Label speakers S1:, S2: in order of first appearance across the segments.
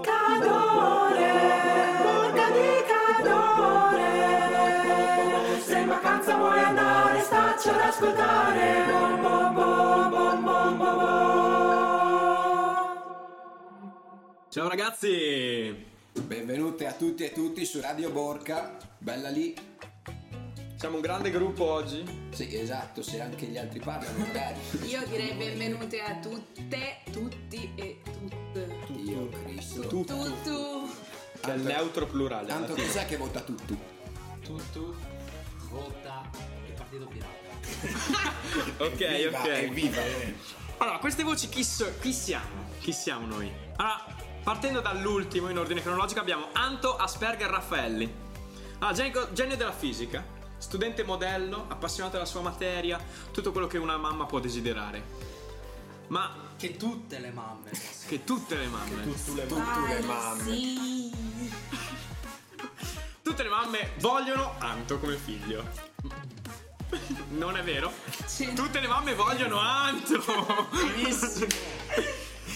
S1: Cadore, porca di cadore. Se in vacanza vuoi andare, stacci ad ascoltare. Bom, bom, bom, bom, bom, bom, bom.
S2: Ciao ragazzi!
S3: Benvenuti a tutti e tutti su Radio Borca, bella lì.
S2: Siamo un grande gruppo oggi.
S3: Sì, esatto, se anche gli altri parlano, magari.
S4: Io direi benvenute a tutte, tutti e tutte.
S3: Io, Cristo.
S2: Tu-
S4: Tutto.
S2: Che è il neutro plurale. alla
S3: Tanto
S2: fine.
S3: chissà che vota tutto.
S5: Tutto vota il partito pirata.
S2: Ok,
S3: Viva,
S2: ok.
S3: evviva, eh.
S2: Allora, queste voci chi, so- chi siamo? Chi siamo noi? Allora, partendo dall'ultimo in ordine cronologico abbiamo Anto Asperger Raffaelli. Allora, genio, genio della fisica, studente modello, appassionato della sua materia, tutto quello che una mamma può desiderare. Ma
S5: Che tutte le mamme possono.
S2: che tutte le mamme,
S3: Tutte le
S4: Vai,
S2: Ah,
S3: mamme.
S4: Sì.
S2: tutte le mamme vogliono Anto come figlio. Non è vero?
S4: C'è-
S2: Tutte le mamme vogliono Anto!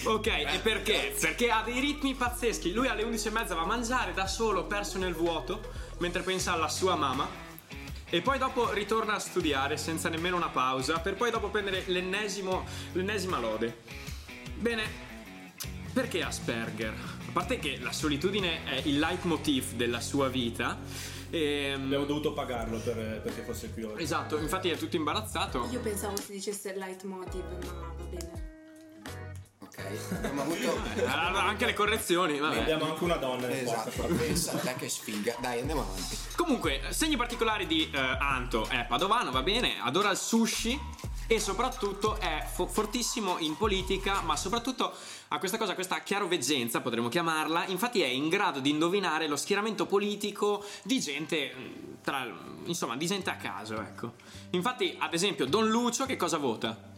S2: Ok, e perché? Perché ha dei ritmi pazzeschi. Lui alle 11.30 va a mangiare da solo, perso nel vuoto, mentre pensa alla sua mamma. E poi dopo ritorna a studiare senza nemmeno una pausa, per poi dopo prendere l'ennesimo, l'ennesima lode. Bene, perché Asperger? A parte che la solitudine è il leitmotiv della sua vita. ehm,
S6: Abbiamo dovuto pagarlo per- perché fosse qui oggi.
S2: esatto, infatti è tutto imbarazzato.
S4: Io pensavo si dicesse leitmotiv, ma va bene.
S3: Ok, abbiamo avuto...
S2: Allora, anche le correzioni, vabbè.
S6: Abbiamo anche una donna nel
S3: Esatto,
S6: podcast.
S3: pensa, dai che sfiga. Dai, andiamo avanti.
S2: Comunque, segni particolari di eh, Anto è padovano, va bene, adora il sushi e soprattutto è fo- fortissimo in politica, ma soprattutto ha questa cosa, questa chiaroveggenza, potremmo chiamarla, infatti è in grado di indovinare lo schieramento politico di gente mm, tra insomma, di gente a caso, ecco. Infatti, ad esempio, Don Lucio che cosa vota?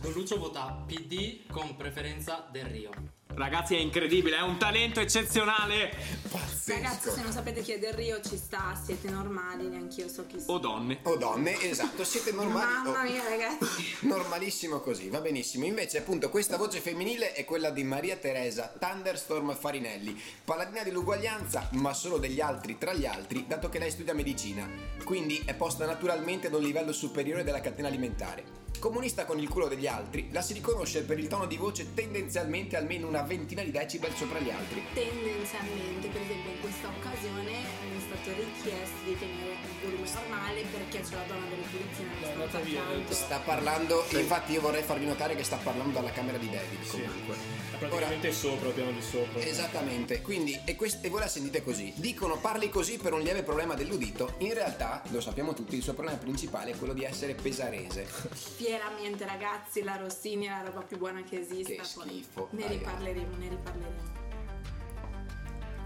S5: Don Lucio vota PD con preferenza del Rio.
S2: Ragazzi, è incredibile, è un talento eccezionale
S4: Ragazzi, se
S3: Pazzesco.
S4: non sapete chi è Del Rio, ci sta, siete normali, neanch'io so chi sia.
S2: o donne.
S3: O donne, esatto, siete normali.
S4: Mamma
S3: o-
S4: mia, ragazzi.
S3: Normalissimo così, va benissimo. Invece, appunto, questa voce femminile è quella di Maria Teresa Thunderstorm Farinelli, paladina dell'uguaglianza, ma solo degli altri tra gli altri, dato che lei studia medicina. Quindi è posta naturalmente ad un livello superiore della catena alimentare. Comunista con il culo degli altri, la si riconosce per il tono di voce tendenzialmente almeno una ventina di decibel sopra gli altri.
S4: Tendenzialmente, per esempio, in questa occasione mi è stato richiesto di tenere il volume normale perché c'è la donna delle pulizie nella stanza accanto.
S3: Sta parlando, infatti io vorrei farvi notare che sta parlando dalla camera di David
S6: Sì.
S3: comunque.
S6: È Praticamente sopra, abbiamo di sopra.
S3: Esattamente, quindi, e, quest- e voi la sentite così. Dicono parli così per un lieve problema dell'udito, in realtà, lo sappiamo tutti, il suo problema principale è quello di essere pesarese.
S4: Fieramente ragazzi, la Rossini è la roba più buona che esista.
S3: Che
S4: poi
S3: schifo,
S4: Ne
S3: dai.
S4: riparleremo, ne riparleremo.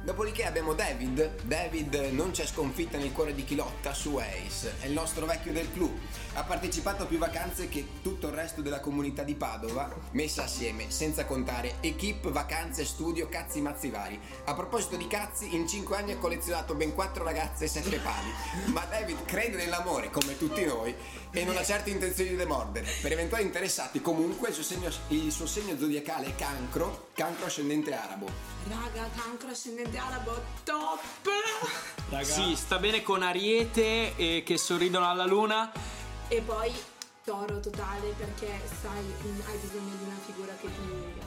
S3: Dopodiché abbiamo David, David non c'è sconfitta nel cuore di Chilotta su Ace, è il nostro vecchio del club, ha partecipato a più vacanze che tutto il resto della comunità di Padova, messa assieme, senza contare equip, vacanze, studio, cazzi mazzi vari. A proposito di cazzi, in 5 anni ha collezionato ben 4 ragazze e 7 pali, ma David crede nell'amore come tutti noi e non ha certo intenzione di demordere. Per eventuali interessati comunque il suo segno, il suo segno zodiacale è cancro, cancro ascendente arabo.
S4: Raga, cancro ascendente arabo, top!
S6: Raga,
S2: Sì, sta bene con Ariete eh, che sorridono alla luna.
S4: E poi toro totale perché sai, mm, hai bisogno di una figura che ti,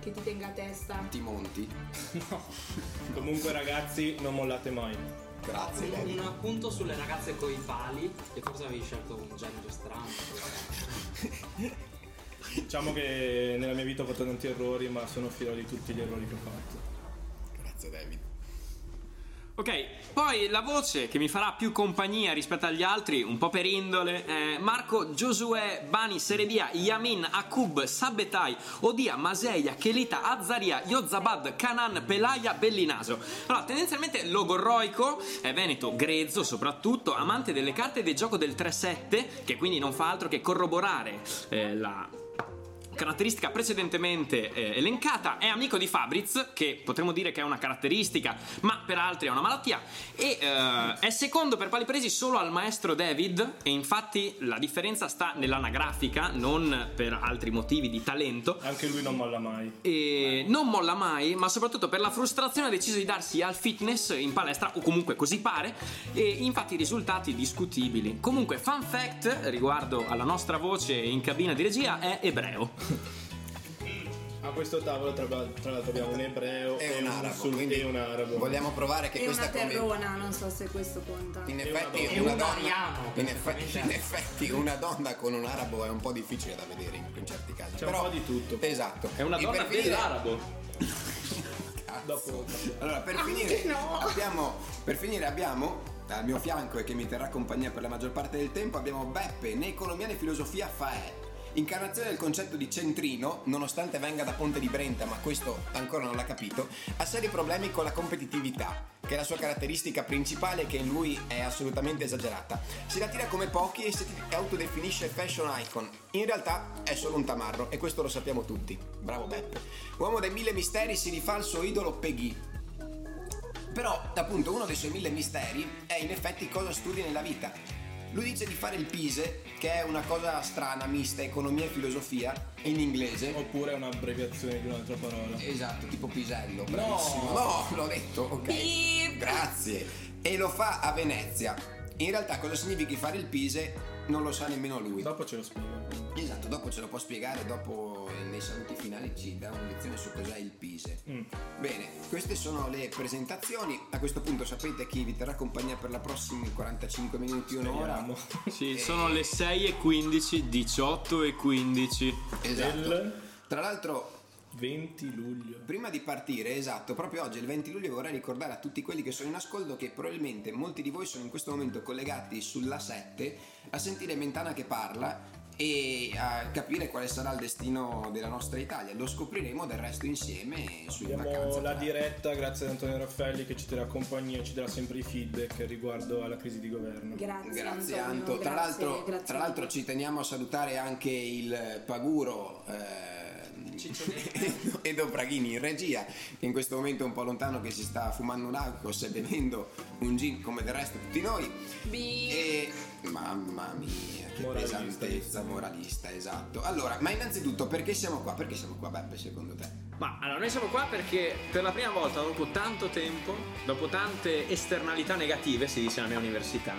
S4: che ti tenga a testa.
S3: Timonti.
S6: comunque ragazzi, non mollate mai.
S3: Grazie
S5: Un,
S3: David.
S5: un appunto sulle ragazze coi pali. Che forse avevi scelto un genere strano.
S6: Diciamo che nella mia vita ho fatto tanti errori, ma sono fiero di tutti gli errori che ho fatto.
S3: Grazie David.
S2: Ok, poi la voce che mi farà più compagnia rispetto agli altri, un po' per indole, è Marco Giosuè Bani Seredia Yamin Akub Sabetai Odia Maseia Chelita Azzaria Yozabad Kanan Pelaia Bellinaso. Allora, tendenzialmente logorroico, è veneto, grezzo soprattutto, amante delle carte e del gioco del 3-7, che quindi non fa altro che corroborare eh, la caratteristica precedentemente eh, elencata, è amico di Fabriz, che potremmo dire che è una caratteristica, ma per altri è una malattia, e eh, è secondo per pali presi solo al maestro David, e infatti la differenza sta nell'anagrafica, non per altri motivi di talento,
S6: Anche lui non molla mai.
S2: e non molla mai, ma soprattutto per la frustrazione ha deciso di darsi al fitness in palestra, o comunque così pare, e infatti risultati discutibili. Comunque, fun fact riguardo alla nostra voce in cabina di regia è ebreo.
S6: A questo tavolo tra, tra l'altro abbiamo un ebreo
S3: È un arabo.
S6: sul-
S3: quindi
S6: e un arabo.
S3: Vogliamo provare che
S4: E una
S3: questa convivenza.
S4: terrona, non so se questo conta.
S3: In
S6: E
S3: effetti,
S5: donna. E
S6: una
S3: una
S5: un
S3: donna,
S5: ariano,
S3: in,
S5: questo
S3: effe-
S5: invece.
S3: in effetti una donna con un arabo è un po' difficile da vedere in, in certi casi.
S6: C'è un
S3: Però,
S6: po' di tutto.
S3: Esatto.
S2: È una
S3: E
S2: donna
S3: per finire-
S2: dell'arabo.
S3: Cazzo.
S6: Dopo-
S3: Allora, per finire, abbiamo, per finire abbiamo al mio fianco e che mi terrà compagnia per la maggior parte del tempo abbiamo Beppe, né colombiana e filosofia Faè. Incarnazione del concetto di centrino, nonostante venga da Ponte di Brenta, ma questo ancora non l'ha capito, ha seri problemi con la competitività, che è la sua caratteristica principale che in lui è assolutamente esagerata. Si la tira come pochi e si autodefinisce fashion icon. In realtà è solo un tamarro e questo lo sappiamo tutti. Bravo Beppe. Uomo dei mille misteri si rifà al suo idolo Peggy, però, appunto, uno dei suoi mille misteri è in effetti cosa studi nella vita. Lui dice di fare il PISE, che è una cosa strana, mista, economia e filosofia, in inglese.
S6: Oppure è un'abbreviazione di un'altra parola.
S3: Esatto, tipo pisello, bravissimo. No, l'ho detto, ok.
S4: Beep.
S3: Grazie. E lo fa a Venezia. In realtà cosa significhi fare il PISE non lo sa nemmeno lui.
S6: Dopo ce lo spiego.
S3: Esatto, dopo ce lo può spiegare, dopo eh, nei saluti finali ci dà una lezione su cos'è il PISE.
S6: Mm.
S3: Bene, queste sono le presentazioni. A questo punto sapete chi vi terrà compagnia per la prossima 45 minuti, un'ora.
S6: Speriamo.
S2: Sì, sono le 6 e 15, 18 e 15.
S3: Esatto.
S6: Del-
S3: Tra l'altro,
S6: 20 luglio.
S3: prima di partire, esatto, proprio oggi, il 20 luglio, vorrei ricordare a tutti quelli che sono in ascolto che probabilmente molti di voi sono in questo momento collegati sulla 7 a sentire Mentana che parla e a capire quale sarà il destino della nostra Italia. Lo scopriremo del resto insieme sui
S6: Abbiamo
S3: vacanze.
S6: la
S3: tra-
S6: diretta grazie ad Antonio Raffaelli che ci terrà compagnia e ci darà sempre i feedback riguardo alla crisi di governo.
S4: Grazie,
S3: Grazie
S4: Antonio,
S3: Anto, tra,
S4: grazie,
S3: l'altro,
S4: grazie
S3: tra l'altro
S4: mille.
S3: ci teniamo a salutare anche il Paguro ehm, Edo Braghini in regia, che in questo momento è un po' lontano che si sta fumando un alcos e bevendo un gin come del resto tutti noi.
S4: Beep.
S3: E mamma mia, che
S6: Moralista.
S3: pesantezza moralista, esatto. Allora, ma innanzitutto perché siamo qua? Perché siamo qua Beppe secondo te?
S2: Ma allora noi siamo qua perché per la prima volta dopo tanto tempo, dopo tante esternalità negative, si dice alla mia università,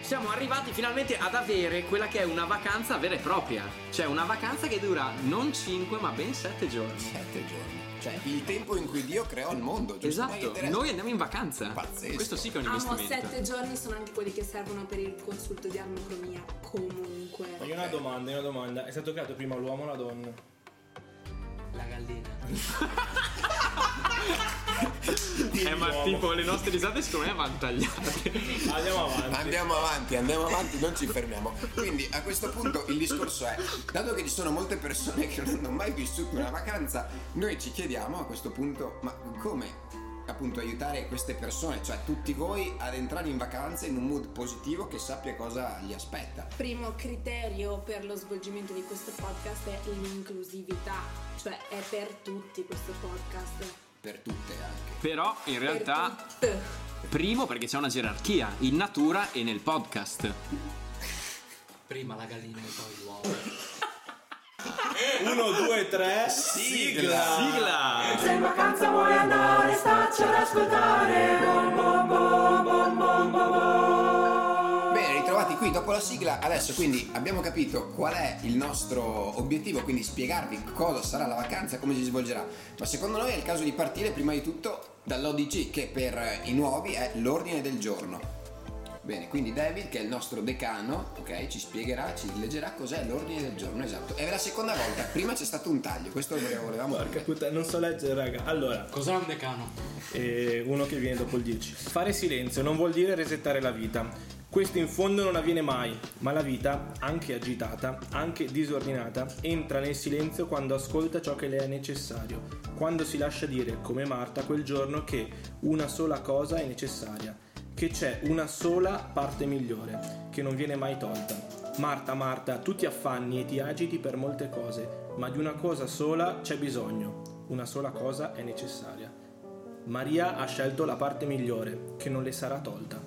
S2: siamo arrivati finalmente ad avere quella che è una vacanza vera e propria. Cioè una vacanza che dura non 5 ma ben 7 giorni.
S3: Sette giorni, cioè il tempo in cui Dio creò il mondo, giusto?
S2: Esatto,
S3: Noi-
S2: noi andiamo in vacanza.
S3: Pazzesco.
S2: Questo sì che è un
S4: Amo,
S2: investimento.
S4: sette giorni sono anche quelli che servono per il consulto di armocromia, comunque.
S6: Ma io ho una domanda, io ho una domanda. È stato creato prima l'uomo o la donna?
S5: La gallina.
S2: Eh, ma tipo le nostre risate secondo me vanno tagliate.
S6: Andiamo avanti.
S3: Andiamo avanti, andiamo avanti, non ci fermiamo. Quindi a questo punto il discorso è, dato che ci sono molte persone che non hanno mai vissuto una vacanza, noi ci chiediamo a questo punto, ma come appunto aiutare queste persone, cioè tutti voi, ad entrare in vacanza in un mood positivo che sappia cosa gli aspetta.
S4: primo criterio per lo svolgimento di questo podcast è l'inclusività, cioè è per tutti questo podcast.
S3: Per tutte anche.
S2: Però in realtà,
S4: Per
S2: primo perché c'è una gerarchia in natura e nel podcast.
S5: Prima la gallina e poi l'uovo.
S6: 1, 2, 3, sigla!
S2: Sigla!
S1: Se in vacanza vuoi andare, stacci ad ascoltare. Bom, bom, bom, bom, bom, bom, bom.
S3: Bene, ritrovati qui dopo la sigla. Adesso quindi abbiamo capito qual è il nostro obiettivo, quindi spiegarvi cosa sarà la vacanza, come si svolgerà. Ma secondo noi è il caso di partire prima di tutto dall'ODG, che per i nuovi è l'ordine del giorno. Bene, quindi David, che è il nostro decano, ok, ci spiegherà, ci leggerà cos'è l'ordine del giorno, esatto. È la seconda volta, prima c'è stato un taglio, questo lo volevamo
S6: Porca
S3: dire.
S6: puttana, non so leggere, raga. Allora,
S5: Cos'è un decano?
S6: e uno che viene dopo il 10. Fare silenzio non vuol dire resettare la vita. Questo in fondo non avviene mai, ma la vita, anche agitata, anche disordinata, entra nel silenzio quando ascolta ciò che le è necessario, quando si lascia dire, come Marta, quel giorno che una sola cosa è necessaria, che c'è una sola parte migliore, che non viene mai tolta. Marta, Marta, tu ti affanni e ti agiti per molte cose, ma di una cosa sola c'è bisogno. Una sola cosa è necessaria. Maria ha scelto la parte migliore, che non le sarà tolta.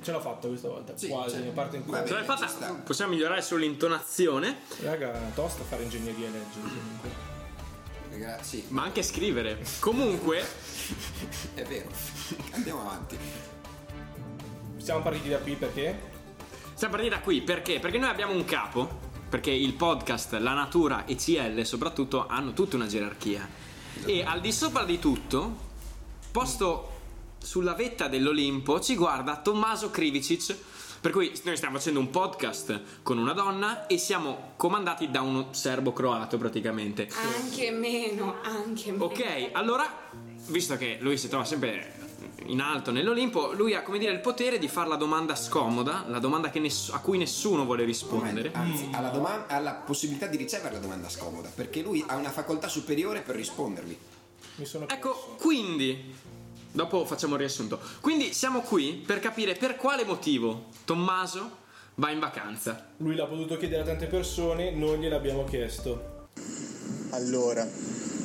S6: Ce l'ho fatta questa volta,
S3: Sì,
S6: quasi,
S3: sì.
S6: la parte in cui...
S3: Vabbè.
S2: Se l'hai fatta,
S3: ci sta.
S2: possiamo migliorare solo l'intonazione,
S6: Raga, tosta fare ingegneria e leggere comunque.
S3: Raga, sì,
S2: ma anche scrivere. Comunque,
S3: è vero. Andiamo avanti.
S6: Siamo partiti da qui perché?
S2: Stiamo partiti da qui perché? Perché noi abbiamo un capo. Perché il podcast, la natura e CL soprattutto hanno tutta una gerarchia. E al di sopra di tutto, posto sulla vetta dell'Olimpo, ci guarda Tommaso Krivicic. Per cui noi stiamo facendo un podcast con una donna e siamo comandati da uno serbo croato praticamente.
S4: Ah, Anche meno, anche meno.
S2: Ok, allora, visto che lui si trova sempre in alto nell'Olimpo, lui ha come dire il potere di fare la domanda scomoda, la domanda che ness- a cui nessuno vuole rispondere.
S3: Anzi, ha la, doma- ha la possibilità di ricevere la domanda scomoda, perché lui ha una facoltà superiore per rispondervi.
S6: Mi sono
S2: Ecco, quindi, dopo facciamo il riassunto. Quindi siamo qui per capire per quale motivo Tommaso va in vacanza.
S6: Lui l'ha potuto chiedere a tante persone, noi gliel'abbiamo chiesto.
S7: Allora,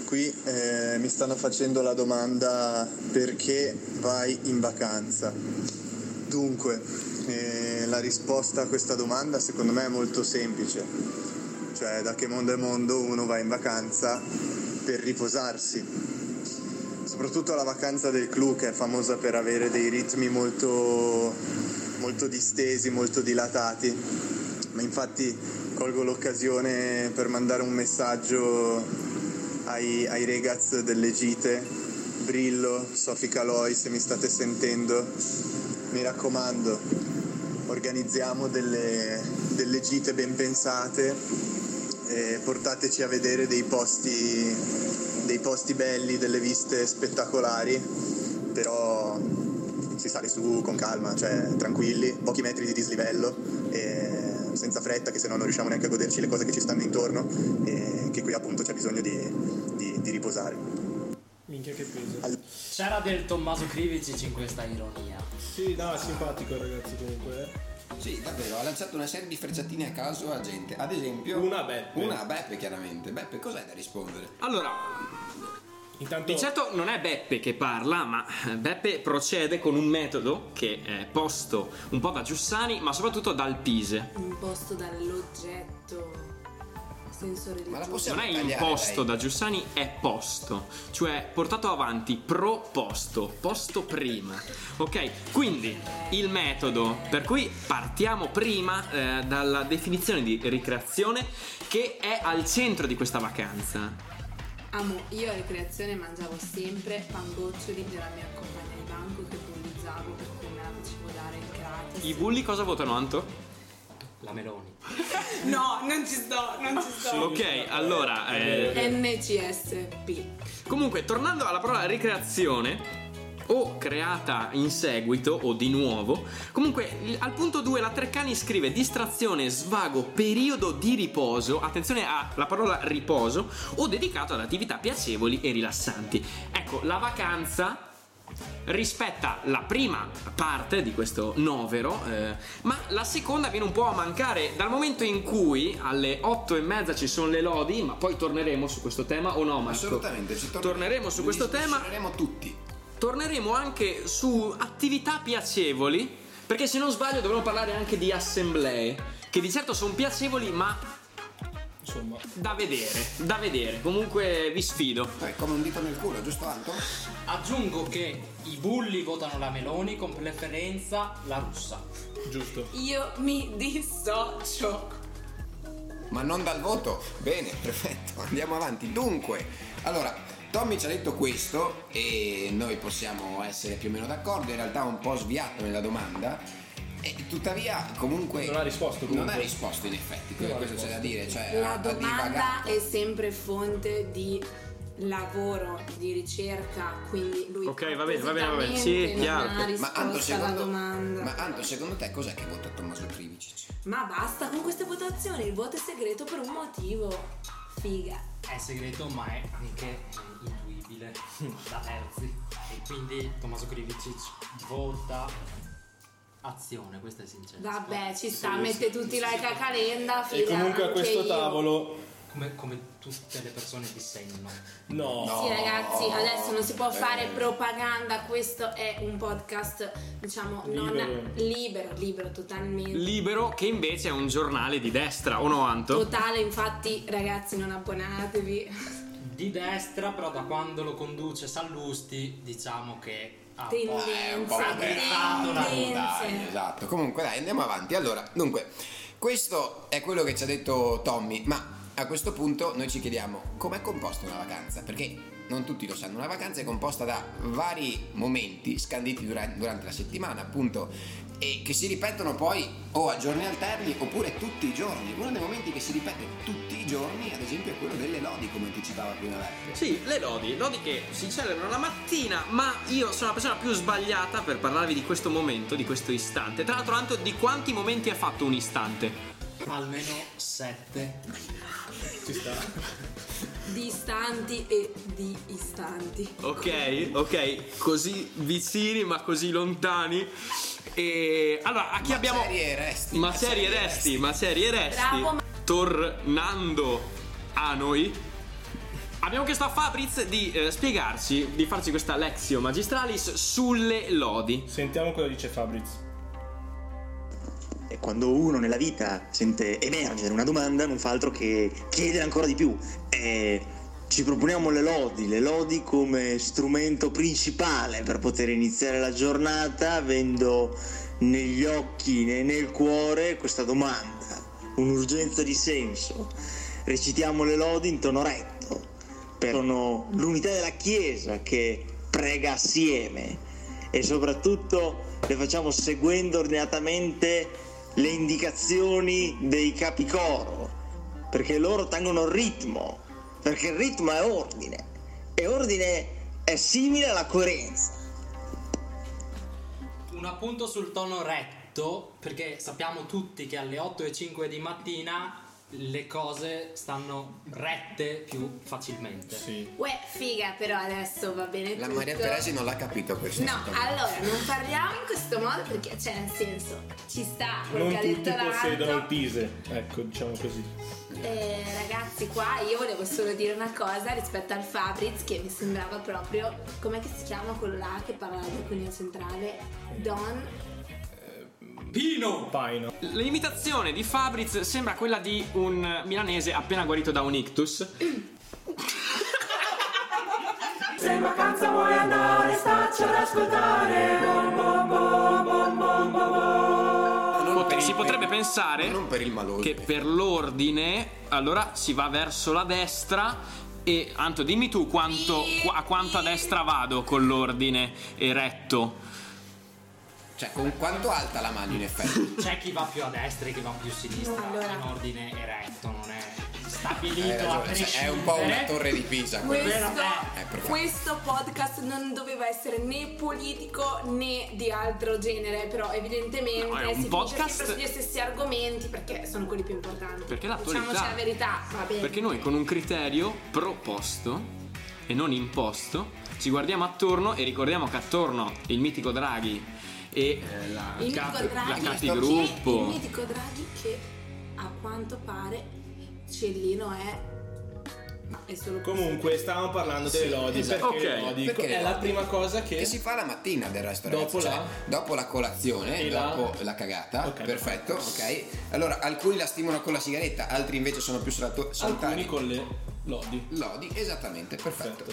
S7: qui eh, mi stanno facendo la domanda perché vai in vacanza. Dunque, eh, la risposta a questa domanda secondo me è molto semplice, cioè da che mondo è mondo uno va in vacanza per riposarsi. Soprattutto la vacanza del clou che è famosa per avere dei ritmi molto, molto distesi, molto dilatati. Ma infatti colgo l'occasione per mandare un messaggio ai, ai regaz delle gite. Brillo, Sofi Caloi, se mi state sentendo, mi raccomando, organizziamo delle, delle gite ben pensate e portateci a vedere dei posti, dei posti belli, delle viste spettacolari, però si sale su con calma, cioè tranquilli, pochi metri di dislivello, e senza fretta, che se no non riusciamo neanche a goderci le cose che ci stanno intorno, e che qui appunto c'è bisogno di- di- di riposare.
S6: Minchia che peso.
S5: C'era del Tommaso Krivicic in questa ironia.
S6: Ah, Sì, no, è simpatico ragazzi comunque. eh.
S3: Sì, davvero, ha lanciato una serie di frecciatine a caso a gente. Ad esempio,
S6: Una a Beppe.
S3: Una a Beppe, chiaramente. Beppe, cos'hai da rispondere?
S2: Allora,
S6: Intanto
S2: di certo non è Beppe che parla, ma Beppe procede con un metodo che è posto un po' da Giussani, ma soprattutto dal Pise.
S4: Imposto dall'oggetto sensore
S3: Ma la possiamo
S2: Non è
S3: tagliare,
S2: imposto
S3: dai?
S2: da Giussani, è posto, cioè portato avanti, proposto, posto prima. Ok, quindi il metodo per cui partiamo prima eh, dalla definizione di ricreazione che è al centro di questa vacanza.
S4: Amo, io a ricreazione mangiavo sempre pangoccioli della mia compagna di banco che bullizzavo per cui me la facevo dare gratis.
S2: I bulli cosa votano Anto?
S5: La Meloni.
S4: No, non ci sto, non ci sto.
S2: Ok, allora... eh,
S4: NCSP.
S2: Comunque, tornando alla parola ricreazione, o creata in seguito o di nuovo, comunque il- al punto 2 la Treccani scrive distrazione, svago, periodo di riposo, attenzione alla parola riposo, o dedicato ad attività piacevoli e rilassanti. Ecco, la vacanza rispetta la prima parte di questo novero, eh, ma la seconda viene un po' a mancare dal momento in cui alle 8 e mezza ci sono le lodi, ma poi torneremo su questo tema o no, Marco?
S3: Assolutamente, ci torneremo,
S2: torneremo su questo tema,
S3: Torneremo tutti.
S2: torneremo anche su attività piacevoli, perché se non sbaglio dovremmo parlare anche di assemblee, che di certo sono piacevoli ma
S6: insomma.
S2: da vedere, da vedere, comunque vi sfido.
S5: Ecco.
S3: Poi, come un dito nel culo, giusto Anto?
S5: Aggiungo che i bulli votano la Meloni con preferenza la russa.
S6: Giusto.
S4: Io mi dissocio.
S3: Ma non dal voto. Bene, perfetto, andiamo avanti. Dunque, allora, Tommy ci ha detto questo e noi possiamo essere più o meno d'accordo, in realtà un po' sviato nella domanda. E tuttavia, comunque...
S6: Non ha risposto,
S3: Non
S6: comunque.
S3: ha risposto, in effetti.
S6: Non ha
S3: Questo c'è da
S6: risposto.
S3: dire. Cioè, ha-
S4: La
S3: ha
S4: domanda
S3: divagato.
S4: è sempre fonte di lavoro, di ricerca, quindi lui
S2: Ok, va bene, va bene, va bene. Sì,
S4: appositamente
S2: chiaro.
S4: non ha risposto alla domanda.
S3: ma Anto, secondo te cos'è che vota Tommaso Krivicic?
S4: Ma basta con queste votazioni, il voto è segreto per un motivo. Figa.
S5: È segreto ma è anche eh, intuibile da terzi. E quindi Tommaso Krivicic vota azione, questa è sincera.
S4: Vabbè, ci sta, mette tutti like a calenda.
S6: E
S4: fila
S6: comunque a
S4: anche
S6: questo
S4: io.
S6: tavolo.
S5: Come, come tutte le persone di senno.
S6: No. Eh.
S4: Sì, ragazzi, adesso non si può fare propaganda, questo è un podcast, diciamo, non
S6: Libero.
S4: libero, libero totalmente.
S2: Libero, che invece è un giornale di destra, o no, Anto?
S4: Totale, infatti, ragazzi, non abbonatevi.
S5: Di destra, però da quando lo conduce Sallusti, diciamo che ha un po'
S4: Tendenza,
S5: sacrificato la
S3: Dai,
S4: tendenze.
S3: esatto. Comunque, dai, andiamo avanti. Allora, dunque, questo è quello che ci ha detto Tommy, ma a questo punto noi ci chiediamo com'è composta una vacanza, perché non tutti lo sanno, una vacanza è composta da vari momenti scanditi dura- durante la settimana, appunto, e che si ripetono poi o a giorni alterni oppure tutti i giorni. Uno dei momenti che si ripete tutti i giorni, ad esempio, è quello delle lodi, come anticipava prima Vecchio.
S2: Sì, le lodi, lodi che si celebrano la mattina, ma io sono la persona più sbagliata per parlarvi di questo momento, di questo istante. Tra l'altro, Anto, di quanti momenti ha fatto un istante?
S5: eh, Almeno sette.
S4: Distanti e di istanti.
S2: Ok, ok, così vicini ma così lontani. E allora, a chi abbiamo...
S3: Serie e resti.
S2: Ma serie resti, ma serie resti.
S4: Bravo, ma-
S2: Tornando a noi, abbiamo chiesto a Fabriz di eh, spiegarci, di farci questa lexio magistralis sulle lodi.
S6: Sentiamo cosa dice Fabriz.
S8: E quando uno nella vita sente emergere una domanda non fa altro che chiedere ancora di più. E ci proponiamo le lodi, le lodi come strumento principale per poter iniziare la giornata avendo negli occhi e nel cuore questa domanda, un'urgenza di senso. Recitiamo le lodi in tono retto, per- sono l'unità della Chiesa che prega assieme e soprattutto le facciamo seguendo ordinatamente le indicazioni dei capicoro, perché loro tengono il ritmo, perché il ritmo è ordine e ordine è simile alla coerenza.
S5: Un appunto sul tono retto, perché sappiamo tutti che alle 8 e 5 di mattina le cose stanno rette più facilmente.
S4: Uè, figa, però adesso va bene
S3: La
S4: tutto.
S3: Maria Teresi non l'ha capito questo.
S4: No,
S3: secondo me.
S4: allora, non parliamo in questo modo perché, cioè, nel senso, ci sta quello
S6: Non
S4: che ha
S6: tutti
S4: detto
S6: possiedono il
S4: l'altro.
S6: Pise, ecco, diciamo così.
S4: Eh, ragazzi, qua io volevo solo dire una cosa rispetto al Fabriz che mi sembrava proprio. Com'è che si chiama quello là che parla di Cuneo Centrale? Don.
S5: Pino!
S6: Paino.
S2: L'imitazione di Fabriz sembra quella di un milanese appena guarito da un ictus.
S1: Se in vacanza vuoi andare, stacci ad ascoltare. Bom, bom, bom, bom, bom, bom, bom.
S3: Ma non
S2: Pot-
S3: per il-
S2: si potrebbe
S3: per-
S2: pensare
S3: ma non per il malone.
S2: che per l'ordine allora si va verso la destra e Anto dimmi tu quanto, qu- a quanto a destra vado con l'ordine eretto
S3: Cioè, con quanto alta la mano in effetti?
S5: C'è chi va più a destra e chi va più a sinistra,
S4: Allora.
S5: in ordine eretto, non è
S3: Hai
S5: stabilito a
S3: ragione, cioè, è un po' una
S5: prescindere.
S3: torre di
S2: Cioè,
S3: Pisa. quella.
S4: Questo,
S3: Eh, perfetto.
S4: questo podcast non doveva essere né politico né di altro genere, però evidentemente
S2: No, Ah, è un
S4: si
S2: podcast-
S4: finisce sempre sugli stessi argomenti perché sono quelli più importanti.
S2: Perché l'attualità-
S4: Diciamoci la verità, va bene.
S2: perché noi con un criterio proposto e non imposto ci guardiamo attorno e ricordiamo che attorno il mitico Draghi e eh, la,
S4: il
S2: cap-
S4: mitico Draghi,
S2: la
S4: che- il
S2: capigruppo
S4: mitico Draghi che a quanto pare Cellino è ma è solo
S6: Comunque, stavamo parlando delle lodi.
S3: esatto.
S6: Perché
S2: Ok,
S6: le lodi?
S3: perché le
S6: è la
S3: lodi?
S6: prima cosa che.
S3: Che si fa la mattina del resto
S6: Dopo
S3: ragazzi,
S6: la-
S3: cioè, dopo la colazione
S6: E la-
S3: dopo la, cagata
S6: Ok,
S3: perfetto ok allora alcuni la stimolano con la sigaretta altri invece sono più solta-
S6: alcuni
S3: solitari
S6: con le lodi.
S3: lodi esattamente perfetto,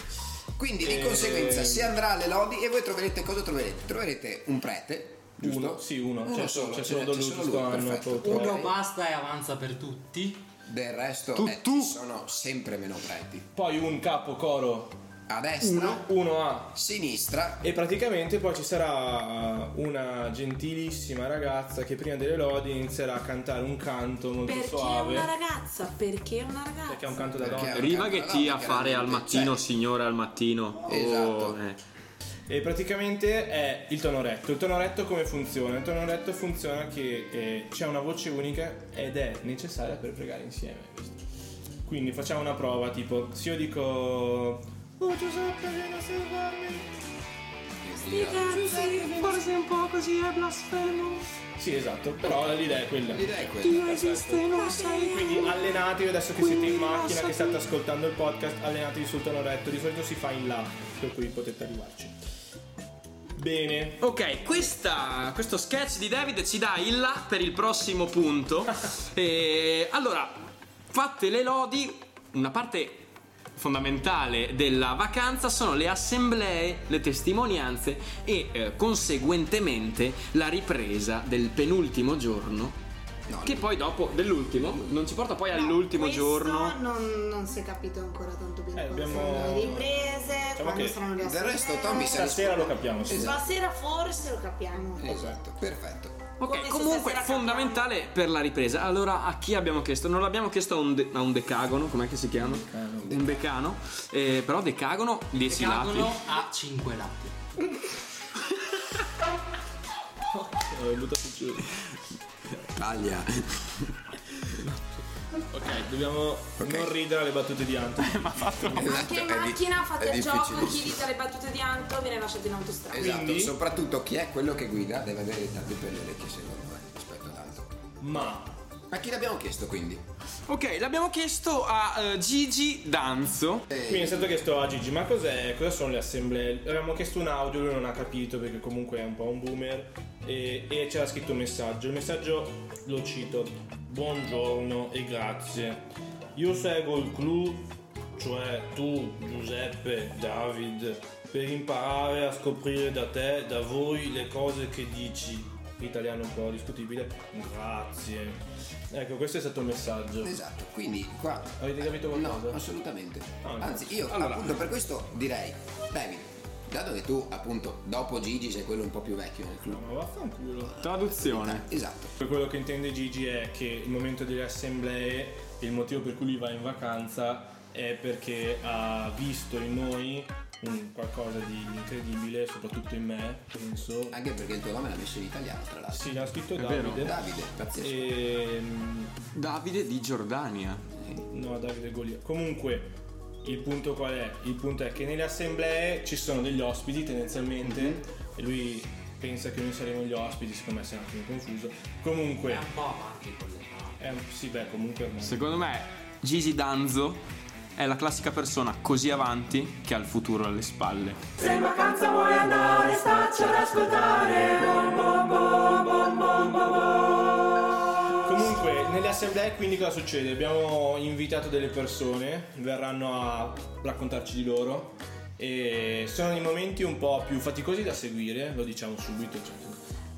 S3: quindi di
S6: E-
S3: conseguenza si andrà alle lodi e voi troverete cosa troverete troverete un prete giusto?
S6: Uno, sì, uno.
S3: uno
S6: C'è-
S3: solo
S6: c'è
S3: ce n'è-
S6: solo
S3: c'è
S6: lui
S3: solo
S6: questo
S3: lui
S6: anno,
S3: perfetto
S6: proprio.
S5: Uno
S3: ok.
S5: basta e avanza per tutti.
S3: del resto
S2: Tu-
S3: eh,
S2: tu-
S3: ci sono sempre meno preti
S6: Poi un capo coro
S3: a destra
S6: uno a.
S3: sinistra
S6: E praticamente poi ci sarà una gentilissima ragazza che prima delle lodi inizierà a cantare un canto molto
S4: perché
S6: suave.
S4: una ragazza? Perché una ragazza?
S6: Perché è un canto da
S3: Perché
S6: donna.
S3: è-
S2: rivaghetti
S3: No,
S2: a fare al
S3: chiaramente,
S2: mattino
S3: cioè-
S2: signore al mattino Oh,
S3: Esatto.
S2: eh.
S6: E praticamente è il tono retto. Il tono retto come funziona? Il tono retto funziona che eh, c'è una voce unica ed è necessaria per pregare insieme. Quindi facciamo una prova, tipo, se io dico... Oh Giuseppe, vieni a salvarmi.
S2: Sti cazzi, forse un po' così è blasfemo.
S6: Sì, esatto, però l'idea è quella.
S3: L'idea è quella.
S2: Dio esiste, non sei.
S6: Quindi allenatevi adesso che siete in macchina, che state ascoltando il podcast, allenatevi sul tono retto, di solito si fa in là, per cui potete arrivarci. Bene.
S2: Ok, questa- questo sketch di David ci dà il là per il prossimo punto. E, allora, fatte le lodi, una parte fondamentale della vacanza sono le assemblee, le testimonianze e eh, conseguentemente la ripresa del penultimo giorno.
S3: No,
S2: Che poi dopo dell'ultimo non ci porta poi
S4: No,
S2: all'ultimo
S4: questo
S2: giorno.
S4: Non, non si è capito ancora tanto bene
S6: Eh,
S4: quando
S6: abbiamo-
S4: saranno le riprese,
S6: Diciamo
S4: quando
S6: che
S4: saranno le
S3: del resto Tommy se ne
S6: Stasera
S3: scorda.
S6: lo capiamo, sì.
S3: Esatto,
S4: Stasera forse lo capiamo.
S3: esatto, perfetto.
S2: Ok,
S4: come se
S2: comunque
S4: stessero
S2: fondamentale per la ripresa. Allora, a chi abbiamo chiesto? Non l'abbiamo chiesto a un, de- a un decagono, com'è che si chiama? Un decano. Eh, però decagono, 10
S5: Cadono
S2: lati.
S5: a 5 lati.
S6: Ho buttato giù.
S3: Taglia.
S6: Ok, dobbiamo non ridere alle battute di Anto.
S4: Anche in
S3: Esatto, è di-
S4: macchina fate
S3: è
S4: il gioco,
S3: difficile.
S4: chi dita le battute di Anto viene lasciato in autostrada.
S3: Esatto,
S6: Quindi?
S3: soprattutto chi è quello che guida deve avere tanto per le orecchie secondo me, rispetto ad altro.
S6: Ma
S3: Ma chi l'abbiamo chiesto quindi?
S2: Ok, l'abbiamo chiesto a eh, Gigi Danzo.
S6: Quindi è stato chiesto a Gigi, ma cos'è, cosa sono le assemblee? Avevamo chiesto un audio, lui non ha capito perché comunque è un po' un boomer e, e c'era scritto un messaggio. Il messaggio lo cito, buongiorno e grazie. Io seguo il club, cioè tu Giuseppe, David, per imparare a scoprire da te, da voi, le cose che dici. Italiano un po' discutibile, grazie. Ecco, questo è stato il messaggio.
S3: Esatto, quindi qua...
S6: Avete capito qualcosa?
S3: No, assolutamente.
S6: Ah, no.
S3: Anzi, io
S2: Allora.
S3: appunto per questo direi, David, dato che tu appunto dopo Gigi sei quello un po' più vecchio nel club.
S6: Ma vaffanculo.
S2: Traduzione.
S3: Esatto.
S6: Quello che intende Gigi è che il momento delle assemblee, il motivo per cui lui va in vacanza è perché ha visto in noi un qualcosa di incredibile, soprattutto in me, penso.
S3: Anche perché il tuo nome l'ha messo in italiano, tra l'altro.
S6: Sì, l'ha scritto
S2: vero.
S6: Davide.
S3: Davide, pazzesco.
S6: Ehm,
S2: Davide di Giordania.
S6: No, Davide Golia. Comunque, il punto qual è? Il punto è che nelle assemblee ci sono degli ospiti tendenzialmente
S5: Mhm.
S6: e lui pensa che noi saremo gli ospiti, secondo me si è un attimo confuso. Comunque,
S5: È un po' avanti con le mani.
S6: è un- sì, beh, comunque... non-
S2: Secondo me Gigi Danzo è la classica persona così avanti che ha il futuro alle spalle.
S1: Se in vacanza vuoi andare, stacci ad ascoltare. Bom, bom, bom, bom, bom, bom, bom.
S6: Comunque, nelle assemblee quindi cosa succede? Abbiamo invitato delle persone, verranno a raccontarci di loro e sono dei momenti un po' più faticosi da seguire, lo diciamo subito, cioè,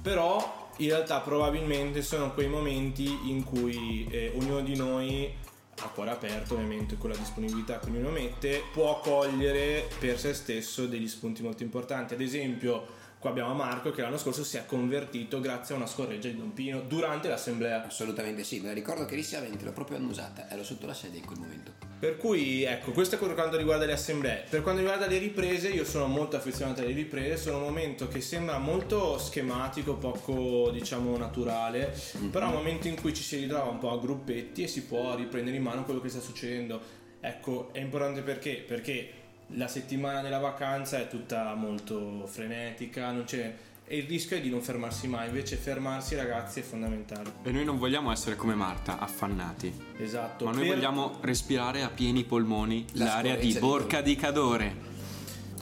S6: però in realtà probabilmente sono quei momenti in cui eh, ognuno di noi a cuore aperto ovviamente con la disponibilità che ognuno mette può cogliere per se stesso degli spunti molto importanti ad esempio qua abbiamo Marco che l'anno scorso si è convertito grazie a una scorreggia di Don Pino durante l'assemblea
S3: Assolutamente sì, me la ricordo chiarissamente, l'ho proprio annusata, ero sotto la sedia in quel momento.
S6: Per cui ecco, questo è per quanto riguarda le assemblee. Per quanto riguarda le riprese, io sono molto affezionato alle riprese, sono un momento che sembra molto schematico, poco diciamo naturale,
S2: Mhm.
S6: però è un momento in cui ci si ritrova un po' a gruppetti e si può riprendere in mano quello che sta succedendo. Ecco, è importante perché? Perché la settimana della vacanza è tutta molto frenetica, non c'è... e il rischio è di non fermarsi mai, invece fermarsi ragazzi è fondamentale.
S2: E noi non vogliamo essere come Marta, affannati.
S6: Esatto.
S2: Ma noi
S6: Per-
S2: vogliamo respirare a pieni polmoni
S3: La
S2: l'area
S3: scorreggia
S2: di
S3: di
S2: Borca di Cadore.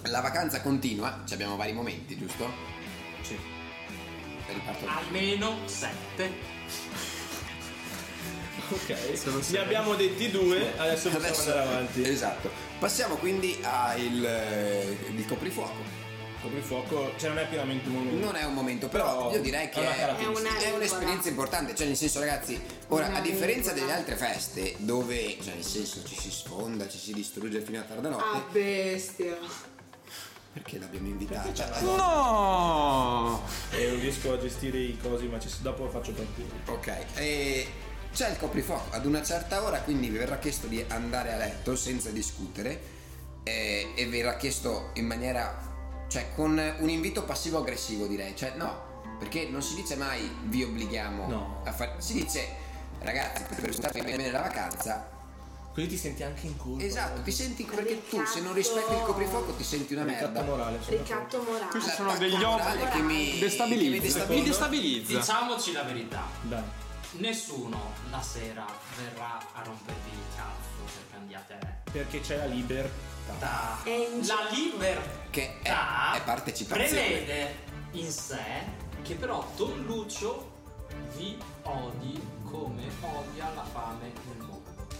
S3: La vacanza continua, ci abbiamo vari momenti, giusto?
S6: Sì.
S3: E Riparto da-
S5: Almeno 7.
S2: Sono
S6: Ok, ne
S2: sei.
S6: abbiamo detti due, adesso possiamo
S3: Adesso-
S6: andare avanti.
S3: Esatto. Passiamo quindi al eh, il coprifuoco.
S6: Coprifuoco, cioè non è pienamente un momento.
S3: Non è un momento, però,
S6: Però
S3: io direi che
S6: è una
S3: è,
S6: caratteristica.
S3: è
S4: È una
S3: un'esperienza
S4: regola.
S3: importante, cioè nel senso ragazzi, ora
S4: Una
S3: a differenza
S4: regola.
S3: delle altre feste dove cioè nel senso ci si sfonda, ci si distrugge fino a tarda notte,
S4: Ah, bestia.
S3: perché l'abbiamo invitata?
S2: No!
S6: E non riesco a gestire i cosi, ma ci- dopo faccio partire.
S3: Ok, e c'è il coprifuoco ad una certa ora, quindi vi verrà chiesto di andare a letto senza discutere eh, e, vi verrà chiesto in maniera, cioè con un invito passivo-aggressivo direi, cioè no, perché non si dice mai vi obblighiamo
S6: No.
S3: a fare, si dice ragazzi per presentare bene la vacanza
S6: Così ti senti anche in colpa.
S3: Esatto, ti senti perché tu se non
S4: Ricatto.
S3: rispetti il coprifuoco ti senti una
S6: Ricatto
S3: merda.
S6: morale. sono d'accordo.
S4: Ricatto morale.
S2: Questi
S3: L'attacco
S2: sono degli
S3: morale
S4: obblighi.
S3: che mi che
S2: Destabilizza.
S3: mi
S2: Mi
S3: destabilizza.
S2: destabilizza.
S5: Diciamoci la verità,
S6: Dai.
S5: nessuno la sera verrà a rompervi il cazzo perché andiate a re.
S6: Perché c'è la libertà.
S5: Da-
S4: È in-
S5: La libertà
S3: Che è, è partecipazione.
S5: prevede in sé che però Don Lucio vi odi come odia la fame nel mondo.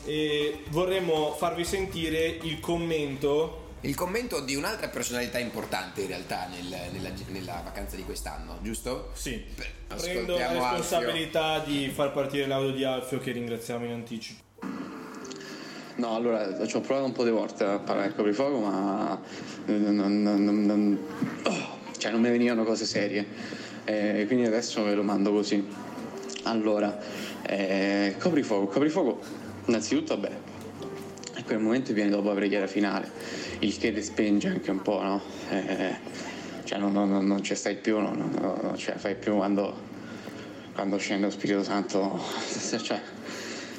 S6: E vorremmo farvi sentire il commento.
S3: Il commento di un'altra personalità importante in realtà nel- nella, nella vacanza di quest'anno, giusto?
S6: Sì.
S3: Beh,
S6: Prendo la
S3: ascoltiamo
S6: responsabilità di far partire l'audio di Alfio che ringraziamo in anticipo.
S9: No, allora ci ho provato un po' di volte a parlare del coprifuoco, ma non, non- non- non- oh, cioè, non mi venivano cose serie. Eh, quindi adesso ve lo mando così. Allora, eh, coprifuoco, coprifuoco, innanzitutto, vabbè, e quel momento viene dopo la preghiera finale, il che ti spinge anche un po', no? Eh, cioè non, non- non- non ci stai più, non, non- non- non ce la cioè, fai più quando, quando scende lo Spirito Santo, cioè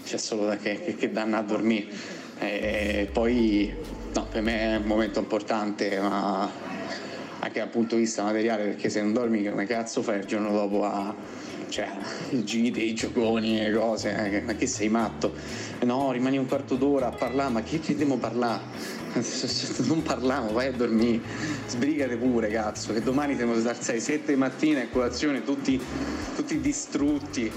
S9: c'è solo da che, che, che danno a dormire. E poi no, per me è un momento importante, ma anche dal punto di vista materiale, perché se non dormi come cazzo fai il giorno dopo a cioè, i giri, i gioconi, le cose, eh, ma che sei matto? No, rimani un quarto d'ora a parlare, ma che che devo parlare? Non parliamo, vai a dormire, sbrigate pure cazzo, che domani siamo darsi alle 7 di mattina a colazione tutti, tutti distrutti,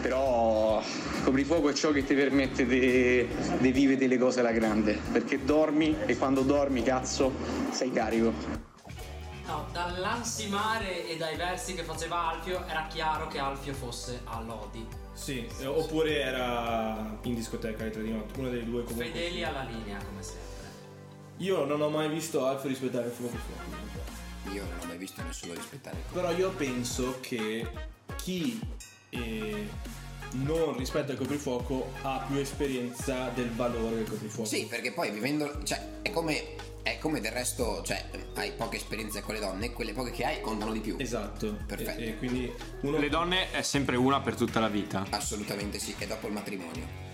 S9: però coprifuoco è ciò che ti permette di di vivere delle cose alla grande, perché dormi e quando dormi cazzo sei carico.
S5: No, dall'ansimare e dai versi che faceva Alfio era chiaro che Alfio fosse a Lodi,
S6: Sì, eh, oppure era in discoteca alle 3 di notte, una delle due comunque.
S5: fedeli alla linea come sempre.
S6: Io non ho mai visto Alfio rispettare il fuoco fuoco.
S3: Alfio. Io non ho mai visto nessuno rispettare il
S6: Però io penso che chi eh, non rispetta il coprifuoco ha più esperienza del valore del coprifuoco.
S3: Sì, perché poi vivendo, cioè, è come, è come del resto, cioè, hai poche esperienze con le donne, e quelle poche che hai contano di più.
S6: Esatto.
S3: Perfetto.
S6: E, e quindi uno
S2: Le donne è sempre una per tutta la vita.
S3: Esatto. Assolutamente sì, è dopo il matrimonio.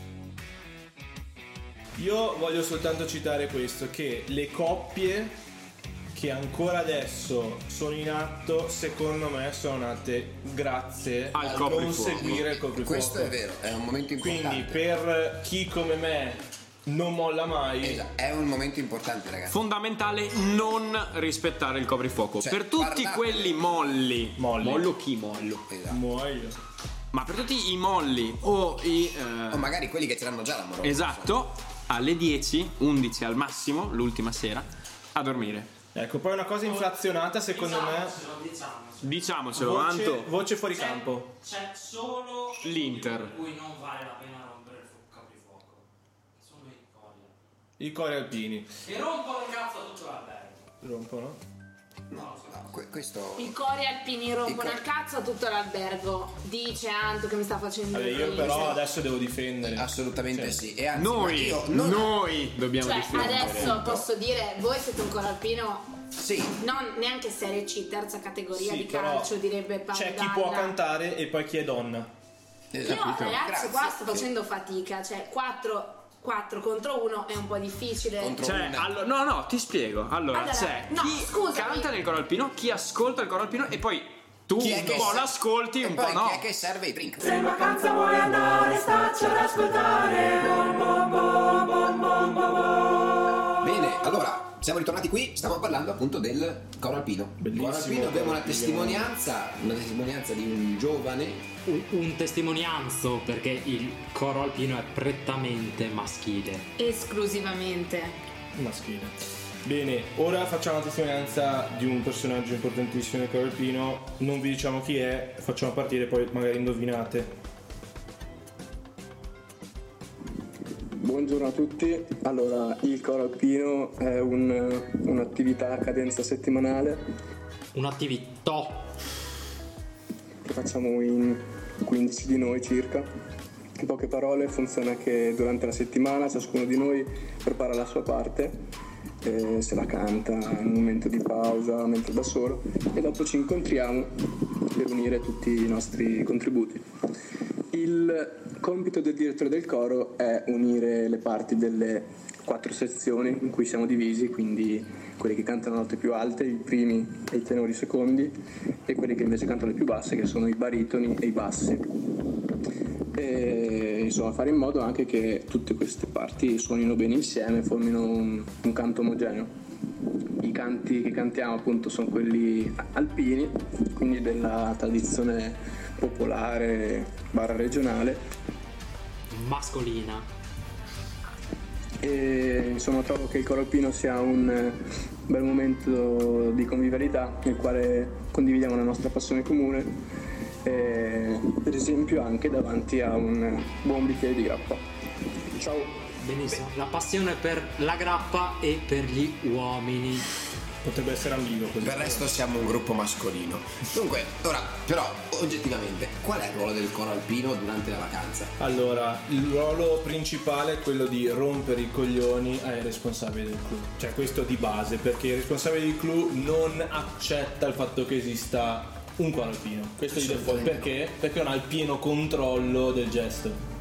S6: Io voglio soltanto citare questo, che le coppie che ancora adesso sono in atto, secondo me, sono nate grazie
S2: Al
S6: a
S2: coprifuoco.
S6: non seguire il coprifuoco.
S3: Questo è vero, è un momento importante.
S6: Quindi per chi come me non molla mai,
S3: Esatto, è un momento importante, ragazzi.
S2: Fondamentale non rispettare il coprifuoco.
S3: Cioè,
S2: per tutti
S3: parlate.
S2: quelli molli.
S6: Molli.
S2: Mollo chi mollo?
S3: Esatto.
S6: muoio.
S2: Ma per tutti i molli o i. eh,
S3: O magari quelli che ce l'hanno già la morosa.
S2: Esatto, alle 10, 11 al massimo, l'ultima sera, a dormire.
S6: Ecco, poi una cosa inflazionata secondo me...
S5: Diciamocelo, diciamocelo.
S2: Diciamocelo,
S6: Voce,
S2: Anto,
S6: voce fuori campo.
S5: C'è solo
S2: L'Inter.
S5: per cui non vale la pena rompere il fu- coprifuoco. Sono i colli.
S6: I cori alpini.
S5: E rompono il cazzo a tutto l'albergo.
S6: Rompono.
S3: No, que- questo.
S4: I cori alpini rompono
S3: I co-
S4: il cazzo a tutto l'albergo. Dice Anto che mi sta facendo
S6: Vabbè,
S4: il
S6: io
S4: riso.
S6: però adesso devo difendere. Cioè,
S3: Assolutamente sì. E anzi, guarda,
S2: noi,
S3: io non-
S2: noi dobbiamo
S4: Cioè,
S2: difendere.
S4: adesso posso dire, voi siete un coro alpino
S3: Sì,
S4: non neanche Serie C, terza categoria
S6: Sì,
S4: di
S6: però
S4: calcio, direbbe Paolo
S6: C'è chi può
S4: Dalla.
S6: cantare e poi chi è donna.
S4: Io
S3: esatto.
S4: ragazzi
S3: Grazie.
S4: qua sto facendo fatica, cioè 4, contro 1 è un po' difficile.
S3: Contro-
S2: Cioè,
S3: Una.
S2: allo- no, no, ti spiego. Allora,
S4: Allora,
S2: c'è
S4: no,
S2: chi
S4: scusami.
S2: canta nel coro alpino, chi ascolta il coro alpino e poi tu
S3: Chi è
S2: un
S3: che
S2: po'
S3: sa-
S2: l'ascolti,
S3: E
S2: un po'
S3: poi
S2: no.
S3: chi è che serve i drink?
S1: Se in vacanza vuoi andare, stacci ad ascoltare. Bom, bom, bom, bom, bom, bom, bom.
S3: Bene, allora siamo ritornati qui, stiamo parlando appunto del coro alpino.
S6: Bellissimo.
S3: Coro alpino abbiamo una testimonianza, una testimonianza di un giovane.
S5: Un, un testimonianzo perché il coro alpino è prettamente maschile.
S4: Esclusivamente.
S6: Maschile. Bene, ora facciamo la testimonianza di un personaggio importantissimo del coro alpino. Non vi diciamo chi è, facciamo partire poi magari indovinate.
S9: Buongiorno a tutti, allora il coro alpino è un- un'attività a cadenza settimanale
S5: Un'attività
S9: che facciamo in 15 di noi circa. In poche parole funziona che durante la settimana ciascuno di noi prepara la sua parte, eh, se la canta in un momento di pausa, mentre da solo, e dopo ci incontriamo per unire tutti i nostri contributi. Il
S10: Il compito del direttore del coro è unire le parti delle quattro sezioni in cui siamo divisi, quindi quelli che cantano note più alte, i primi e i tenori secondi, e quelli che invece cantano le più basse, che sono i baritoni e i bassi. E insomma fare in modo anche che tutte queste parti suonino bene insieme, formino un- un canto omogeneo. I canti che cantiamo appunto sono quelli alpini, quindi della tradizione popolare barra regionale
S5: mascolina.
S10: e insomma trovo che il coro alpino sia un eh, bel momento di convivialità nel quale condividiamo la nostra passione comune e, per esempio anche davanti a un eh, buon bicchiere di grappa. Ciao!
S5: Benissimo. La passione per la grappa e per gli uomini.
S6: Potrebbe essere ambiguo così.
S3: Del resto siamo un gruppo mascolino. Dunque, ora, però, oggettivamente, qual è il ruolo del coro alpino durante la vacanza?
S6: Allora, il ruolo principale è quello di rompere i coglioni ai responsabili del club. Cioè, questo di base, perché il responsabile del club non accetta il fatto che esista un coro alpino. Questo di default. Perché? Perché non ha il pieno controllo del gesto.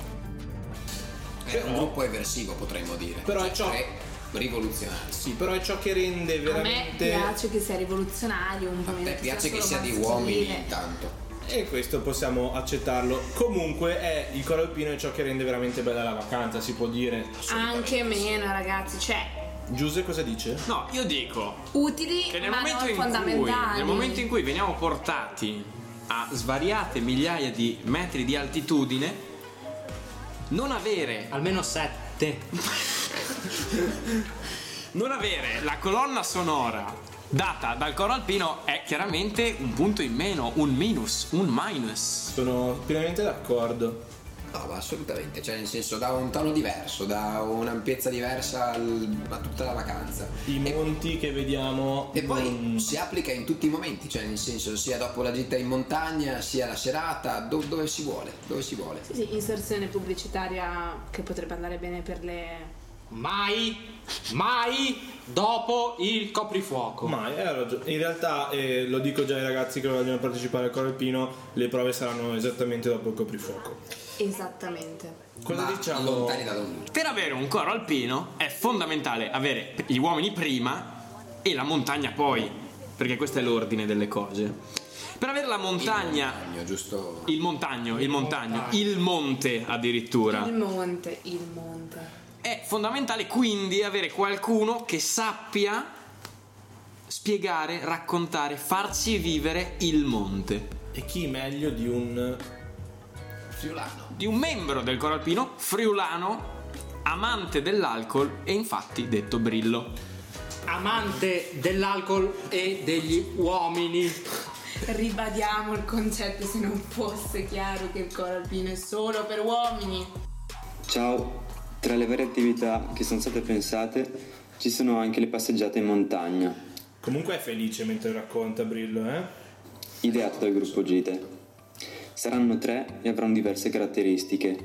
S3: È un gruppo eversivo, potremmo dire. Cioè,
S6: Però è ciò-
S3: È rivoluzionario.
S6: Sì, però è ciò che rende
S4: A me
S6: veramente...
S4: piace che sia rivoluzionario un
S3: A
S4: momento.
S3: te piace che
S4: solo
S3: sia di
S4: maschile.
S3: uomini intanto.
S6: E questo possiamo accettarlo. Comunque è il coro alpino è ciò che rende veramente bella la vacanza, si può dire.
S4: Anche meno, ragazzi, cioè,
S6: Giuse cosa dice?
S2: No, io dico
S4: utili
S2: che Cioè, nel
S4: ma
S2: momento,
S4: non
S2: in cui,
S4: fondamentali.
S2: nel momento in cui veniamo portati a svariate migliaia di metri di altitudine, non avere,
S5: Almeno sette.
S2: non avere la colonna sonora data dal coro alpino è chiaramente un punto in meno, un minus, un minus.
S6: Sono pienamente d'accordo.
S3: No, ma assolutamente, cioè nel senso da un tono diverso, da un'ampiezza diversa al- a tutta la vacanza.
S6: I monti che vediamo.
S3: E poi
S6: non-
S3: si applica in tutti i momenti, cioè nel senso sia dopo la gita in montagna, sia la serata, do- dove si vuole, dove si vuole.
S4: Sì, sì, inserzione pubblicitaria che potrebbe andare bene per le...
S5: Mai, mai dopo il coprifuoco.
S6: Mai, hai ragione. In realtà eh, lo dico già ai ragazzi che vogliono partecipare al coro alpino, le prove saranno esattamente dopo il coprifuoco.
S4: Esattamente.
S6: Cosa
S3: ma
S6: diciamo?
S3: Lontani da ognuno.
S2: Per avere un coro alpino è fondamentale avere gli uomini prima e la montagna poi, perché questo è l'ordine delle cose. Per avere la montagna
S3: Montagno, giusto?
S2: Il montagno, il montagno, il monte addirittura.
S4: Il monte, il monte.
S2: È fondamentale quindi avere qualcuno che sappia spiegare, raccontare, farci vivere il monte.
S6: E chi meglio di un.
S3: Friulano.
S2: Di un membro del coro alpino, friulano, amante dell'alcol e infatti detto brillo.
S5: Amante dell'alcol e degli uomini.
S4: Ribadiamo il concetto se non fosse chiaro che il coro alpino è solo per uomini.
S11: Ciao, tra le varie attività che sono state pensate ci sono anche le passeggiate in montagna,
S6: Comunque è felice mentre racconta Brillo, eh?
S11: ideate dal gruppo Gite. Saranno tre e avranno diverse caratteristiche,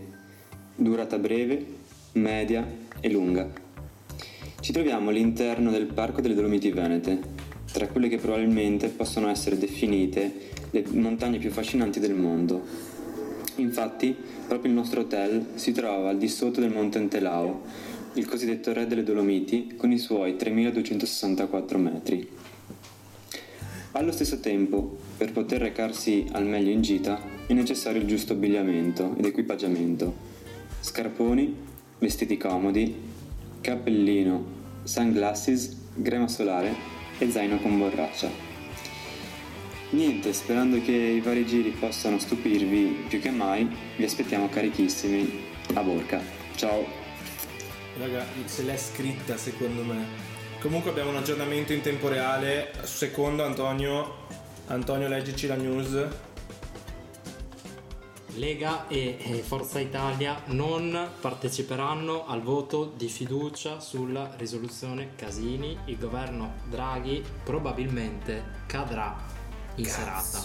S11: durata breve, media e lunga. Ci troviamo all'interno del Parco delle Dolomiti Venete, tra quelle che probabilmente possono essere definite le montagne più affascinanti del mondo. Infatti, proprio il nostro hotel si trova al di sotto del Monte Antelao, il cosiddetto re delle Dolomiti, con i suoi 3264 metri. Allo stesso tempo, per poter recarsi al meglio in gita, è necessario il giusto abbigliamento ed equipaggiamento. Scarponi, vestiti comodi, cappellino, sunglasses, crema solare e zaino con borraccia. Niente, sperando che i vari giri possano stupirvi più che mai, vi aspettiamo carichissimi a Borca. Ciao!
S6: Raga, se l'è scritta secondo me. Comunque abbiamo un aggiornamento in tempo reale. Secondo Antonio. Antonio, leggici la news.
S5: Lega e eh, Forza Italia non parteciperanno al voto di fiducia sulla risoluzione Casini. Il governo Draghi probabilmente cadrà in serata.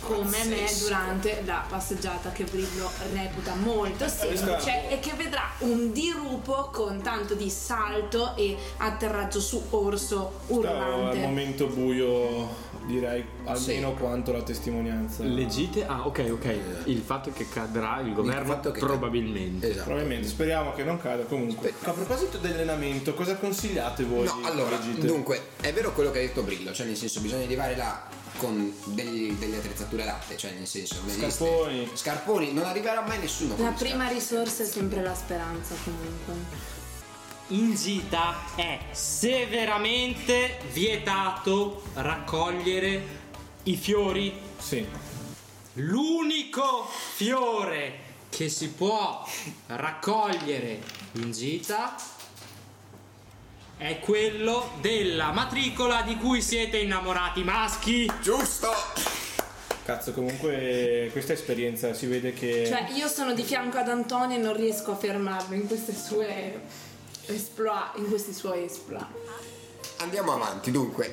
S4: come me durante la passeggiata che Brillo reputa molto semplice e che vedrà un dirupo con tanto di salto e atterraggio su orso
S6: Questo è un
S4: urlante.
S6: momento buio, direi almeno quanto la testimonianza.
S2: Legite? Ah, ok, ok. Il fatto che cadrà il governo
S3: fatto che-
S2: probabilmente.
S3: Esatto.
S6: Probabilmente, speriamo che non cada comunque. A proposito dell'allenamento, cosa consigliate voi?
S3: No, allora,
S6: Brigitte?
S3: dunque, è vero quello che ha detto Brillo, cioè nel senso bisogna arrivare là con degli- delle attrezzature adatte, cioè nel senso... non esiste-
S6: Scarponi.
S3: Scarponi, non arriverà mai nessuno. con
S4: La
S3: gli
S4: prima risorsa è sempre la speranza comunque.
S5: In gita è severamente vietato raccogliere i fiori.
S6: Sì.
S5: L'unico fiore che si può raccogliere in gita è quello della matricola di cui siete innamorati maschi.
S3: scarponi. Giusto!
S6: Cazzo, comunque questa esperienza si vede che...
S4: Cioè io sono di fianco ad Antonio e non riesco a fermarlo in queste sue esploit, in questi suoi esploit.
S3: Andiamo avanti, dunque.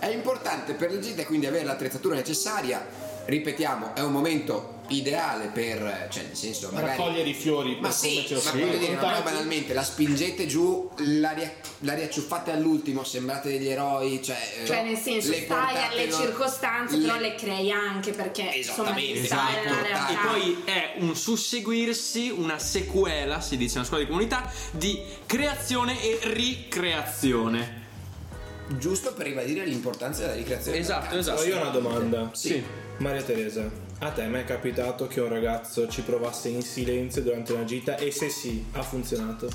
S3: è importante per le gite quindi avere l'attrezzatura necessaria. Ripetiamo, è un momento ideale per, cioè nel senso, magari...
S6: Raccogliere i fiori
S3: Ma
S6: per
S3: sì,
S6: come ce lo
S3: ma
S6: siamo
S3: voglio dire, ma
S6: raccontati.
S3: poi banalmente la spingete giù, la, ria- la riacciuffate all'ultimo, sembrate degli eroi, cioè... eh,
S4: Cioè, nel senso,
S3: le
S4: stai
S3: portate
S4: alle
S3: non-
S4: circostanze,
S3: le-
S4: però le crei anche perché insomma
S3: Esattamente,
S4: devi stare
S3: esatto.
S4: nella
S3: E
S2: E
S4: realtà.
S2: poi è un susseguirsi, una sequela, si dice nella scuola di comunità, di creazione e ricreazione.
S3: Giusto per ribadire l'importanza della ricreazione.
S2: Esatto,
S3: della
S2: esatto.
S6: Allora, io ho una domanda.
S3: Sì.
S6: Maria Teresa, a te mai è capitato che un ragazzo ci provasse in silenzio durante una gita e se sì, ha funzionato?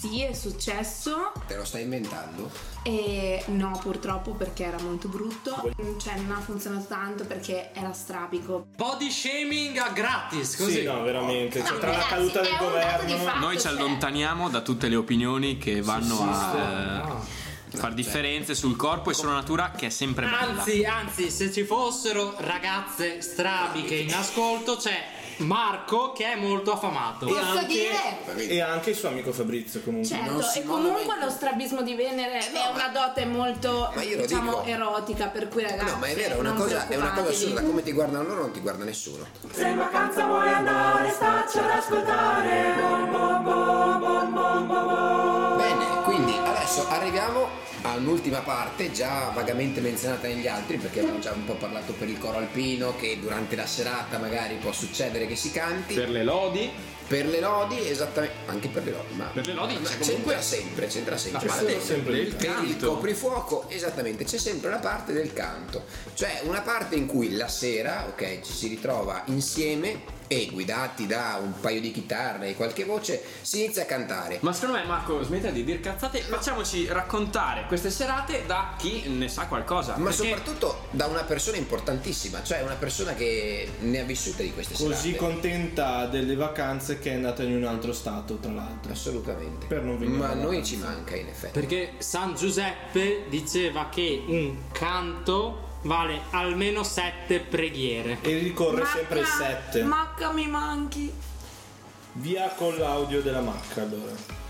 S4: Sì, è successo.
S3: Te lo stai inventando?
S4: E no, purtroppo perché era molto brutto. Cioè, non ha funzionato tanto perché era strabico.
S5: Body shaming a gratis, così.
S6: Sì, no, veramente. cioè,
S4: No,
S6: tra la
S4: ragazzi,
S6: caduta
S4: è
S6: del
S4: un dato di
S6: governo...
S4: fatto,
S2: Noi ci
S4: cioè,
S2: allontaniamo da tutte le opinioni che vanno a
S5: Ah.
S2: eh, far differenze sul corpo e sulla natura, che è sempre bella.
S5: Anzi, anzi, se ci fossero ragazze strabiche in ascolto, c'è Marco che è molto affamato.
S4: Posso dire?
S6: E anche il suo amico Fabrizio comunque.
S3: non
S4: Certo,
S3: si
S4: e comunque
S3: muove.
S4: lo strabismo di Venere è
S3: ma-
S4: una dote molto
S3: Ma io lo
S4: diciamo
S3: dico.
S4: erotica, per cui ragazzi.
S3: No, ma è vero, è una,
S4: non
S3: cosa, è una cosa
S4: preoccupatevi.
S3: assurda. Come ti guardano loro non ti guarda nessuno.
S1: Se in vacanza vuoi andare, stacci ad ascoltare. Bom, bom, bom, bom, bom, bom, bom.
S3: Bene, quindi adesso arriviamo all'ultima parte, già vagamente menzionata negli altri, perché abbiamo già un po' parlato per il coro alpino, che durante la serata magari può succedere che si canti.
S2: Per le lodi,
S3: Per le lodi, esattamente, anche per le lodi, ma
S2: Per le lodi Ah,
S3: ma
S2: c'è
S3: c'entra sempre, c'entra sempre.
S6: c'è
S3: Ma
S6: solo
S3: adesso,
S6: sempre il
S3: per il
S2: canto.
S3: coprifuoco, esattamente, c'è sempre una parte del canto, cioè una parte in cui la sera, ok, ci si ritrova insieme e guidati da un paio di chitarre e qualche voce si inizia a cantare.
S2: Ma secondo me, Marco, smettila di dire cazzate, facciamoci raccontare queste serate da chi ne sa qualcosa.
S3: Ma
S2: perché
S3: soprattutto da una persona importantissima, cioè una persona che ne ha vissute di queste
S6: Così
S3: serate.
S6: contenta delle vacanze che è andata in un altro stato, tra l'altro.
S3: Assolutamente.
S6: Per non venire
S3: Ma a
S6: alla
S3: noi
S6: vacanza.
S3: ci manca in effetti.
S5: Perché San Giuseppe diceva che un canto vale almeno sette preghiere.
S6: E ricorre
S4: Macca,
S6: sempre il 7.
S4: Macca mi manchi.
S6: Via con l'audio della macca, allora.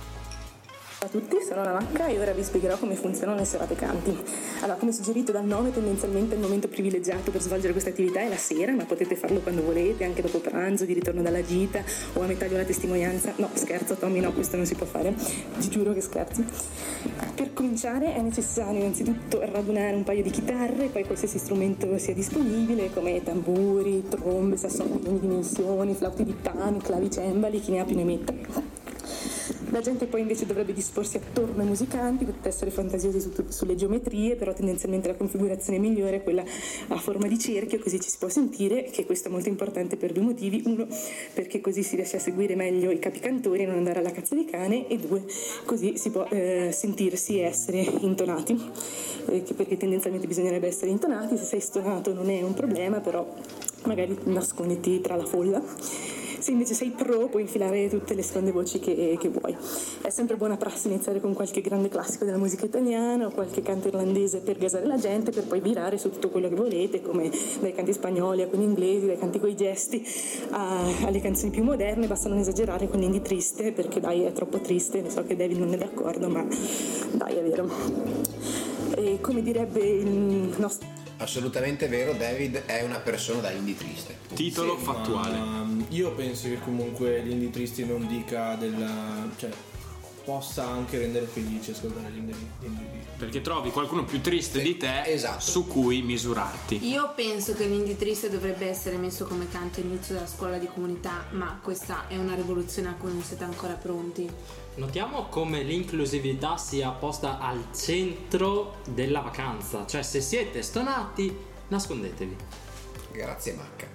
S12: Ciao a tutti, sono la Macca e ora vi spiegherò come funzionano le serate canti. Allora, come suggerito dal nome, tendenzialmente il momento privilegiato per svolgere questa attività è la sera, ma potete farlo quando volete, anche dopo pranzo, di ritorno dalla gita o a metà di una testimonianza. No, scherzo, Tommy, no, questo non si può fare. Ti giuro che scherzo. Per cominciare è necessario innanzitutto radunare un paio di chitarre, poi qualsiasi strumento sia disponibile, come tamburi, trombe, sassofoni di dimensioni, flauti di pane, clavicembali, chi ne ha più ne metta. La gente poi invece dovrebbe disporsi attorno ai musicanti, potete essere fantasiosi su- sulle geometrie, però tendenzialmente la configurazione migliore è quella a forma di cerchio, così ci si può sentire, che questo è molto importante per due motivi. Uno, perché così si riesce a seguire meglio i capicantori e non andare alla cazzo di cane, e due, così si può eh, sentirsi e essere intonati, Eh, che- perché tendenzialmente bisognerebbe essere intonati, se sei stonato non è un problema, però magari nasconditi tra la folla. Se invece sei pro puoi infilare tutte le seconde voci che, che vuoi. È sempre buona prassi iniziare con qualche grande classico della musica italiana o qualche canto irlandese per gasare la gente per poi virare su tutto quello che volete, come dai canti spagnoli a quelli inglesi, dai canti coi gesti a- alle canzoni più moderne, basta non esagerare con l'indie triste perché dai è troppo triste, lo so che David non è d'accordo, ma dai è vero. E come direbbe il nostro...
S3: Assolutamente vero, David è una persona da indie triste.
S6: Sì, ma, mm, io penso che comunque l'indie tristi non dica della. cioè possa anche rendere felice ascoltare gli indie.
S2: Perché trovi qualcuno più triste di te su cui misurarti.
S4: Io penso che l'indie triste dovrebbe essere messo come canto all'inizio della scuola di comunità, ma questa è una rivoluzione a cui non siete ancora pronti.
S5: Notiamo come l'inclusività sia posta al centro della vacanza, cioè se siete stonati, nascondetevi.
S3: Grazie Macca.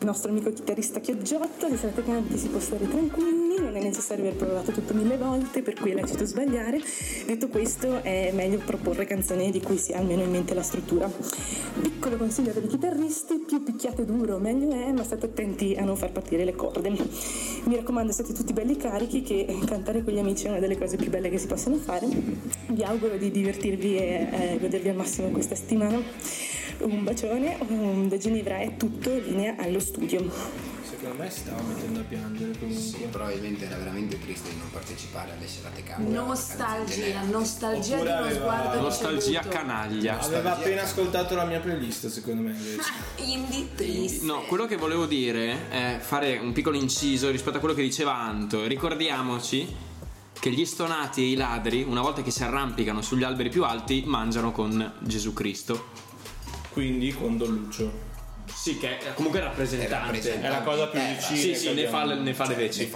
S12: Il nostro amico chitarrista Chioggiotto, se siete canti si può stare tranquilli, non è necessario aver provato tutto mille volte, per cui è lecito sbagliare. Detto questo, è meglio proporre canzoni di cui si ha almeno in mente la struttura. Piccolo consiglio per i chitarristi, più picchiate duro meglio è, ma state attenti a non far partire le corde. Mi raccomando, state tutti belli carichi, che cantare con gli amici è una delle cose più belle che si possono fare. Vi auguro di divertirvi e eh, godervi al massimo questa settimana. Un bacione, um, da Ginevra è tutto, linea allo studio.
S6: Secondo me stava mettendo a piangere comunque.
S3: Sì, probabilmente era veramente triste di non partecipare alle serate calde.
S4: Nostalgia, nostalgia di uno sguardo
S2: nostalgia
S4: ricevuto.
S2: canaglia.
S6: Aveva appena ascoltato la mia playlist, secondo me invece.
S4: Indie triste.
S2: No, quello che volevo dire è fare un piccolo inciso rispetto a quello che diceva Anto. Ricordiamoci che gli stonati e i ladri, una volta che si arrampicano sugli alberi più alti, mangiano con Gesù Cristo.
S6: Quindi con Dolluccio.
S2: Sì, che è comunque rappresentante. Eh,
S6: È la cosa più vicina.
S2: Sì,
S6: che
S2: sì, ne fa,
S6: abbiamo.
S2: le- ne fa le veci.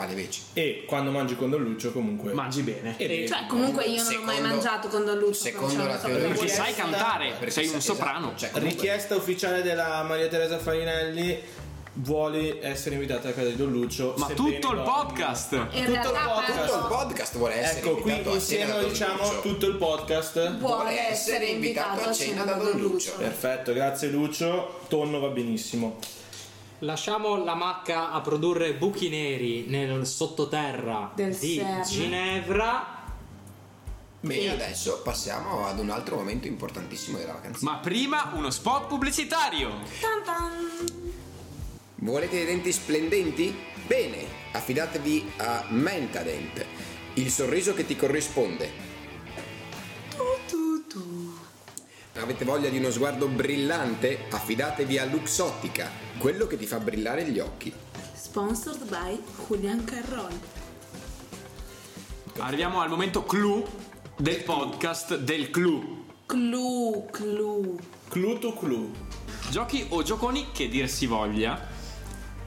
S6: E quando mangi con Dolluccio comunque.
S2: Mangi bene.
S4: Cioè, comunque io non ho mai mangiato con Don Lucio.
S6: secondo la teoria-
S2: Perché cioè, sai
S6: Richiesta-
S2: cantare,
S6: Perché
S2: sei
S6: sai-
S2: un
S6: esatto,
S2: soprano.
S6: Richiesta ufficiale della Maria Teresa Farinelli vuole essere invitata a casa di Dolluccio.
S2: Ma
S6: sebbene
S2: tutto il
S6: non-
S2: podcast! In
S6: Tutto il
S4: realtà
S6: podcast.
S4: però- Tutto il
S3: podcast vuole essere
S6: Ecco, qui
S3: invitato a cena da
S6: insieme
S3: Don
S6: diciamo
S3: Lucio.
S6: tutto il podcast
S4: Vuole essere invitato a cena da Don Lucio.
S6: Perfetto, grazie Lucio. Tonno va benissimo.
S5: Lasciamo la macca a produrre buchi neri nel sottoterra
S4: Del
S5: di
S4: CERN.
S5: Ginevra.
S3: Bene, adesso passiamo ad un altro momento importantissimo della vacanza.
S2: Ma prima uno spot pubblicitario.
S4: Tan tan.
S3: Volete dei denti splendenti? Bene, affidatevi a Mentadent, il sorriso che ti corrisponde. Avete voglia di uno sguardo brillante? Affidatevi a Luxottica, quello che ti fa brillare gli occhi.
S4: Sponsored by Julian Carroll.
S2: Arriviamo al momento clou del podcast del clou.
S4: Clu, clu.
S6: Clou to clou.
S2: Giochi o gioconi che dir si voglia.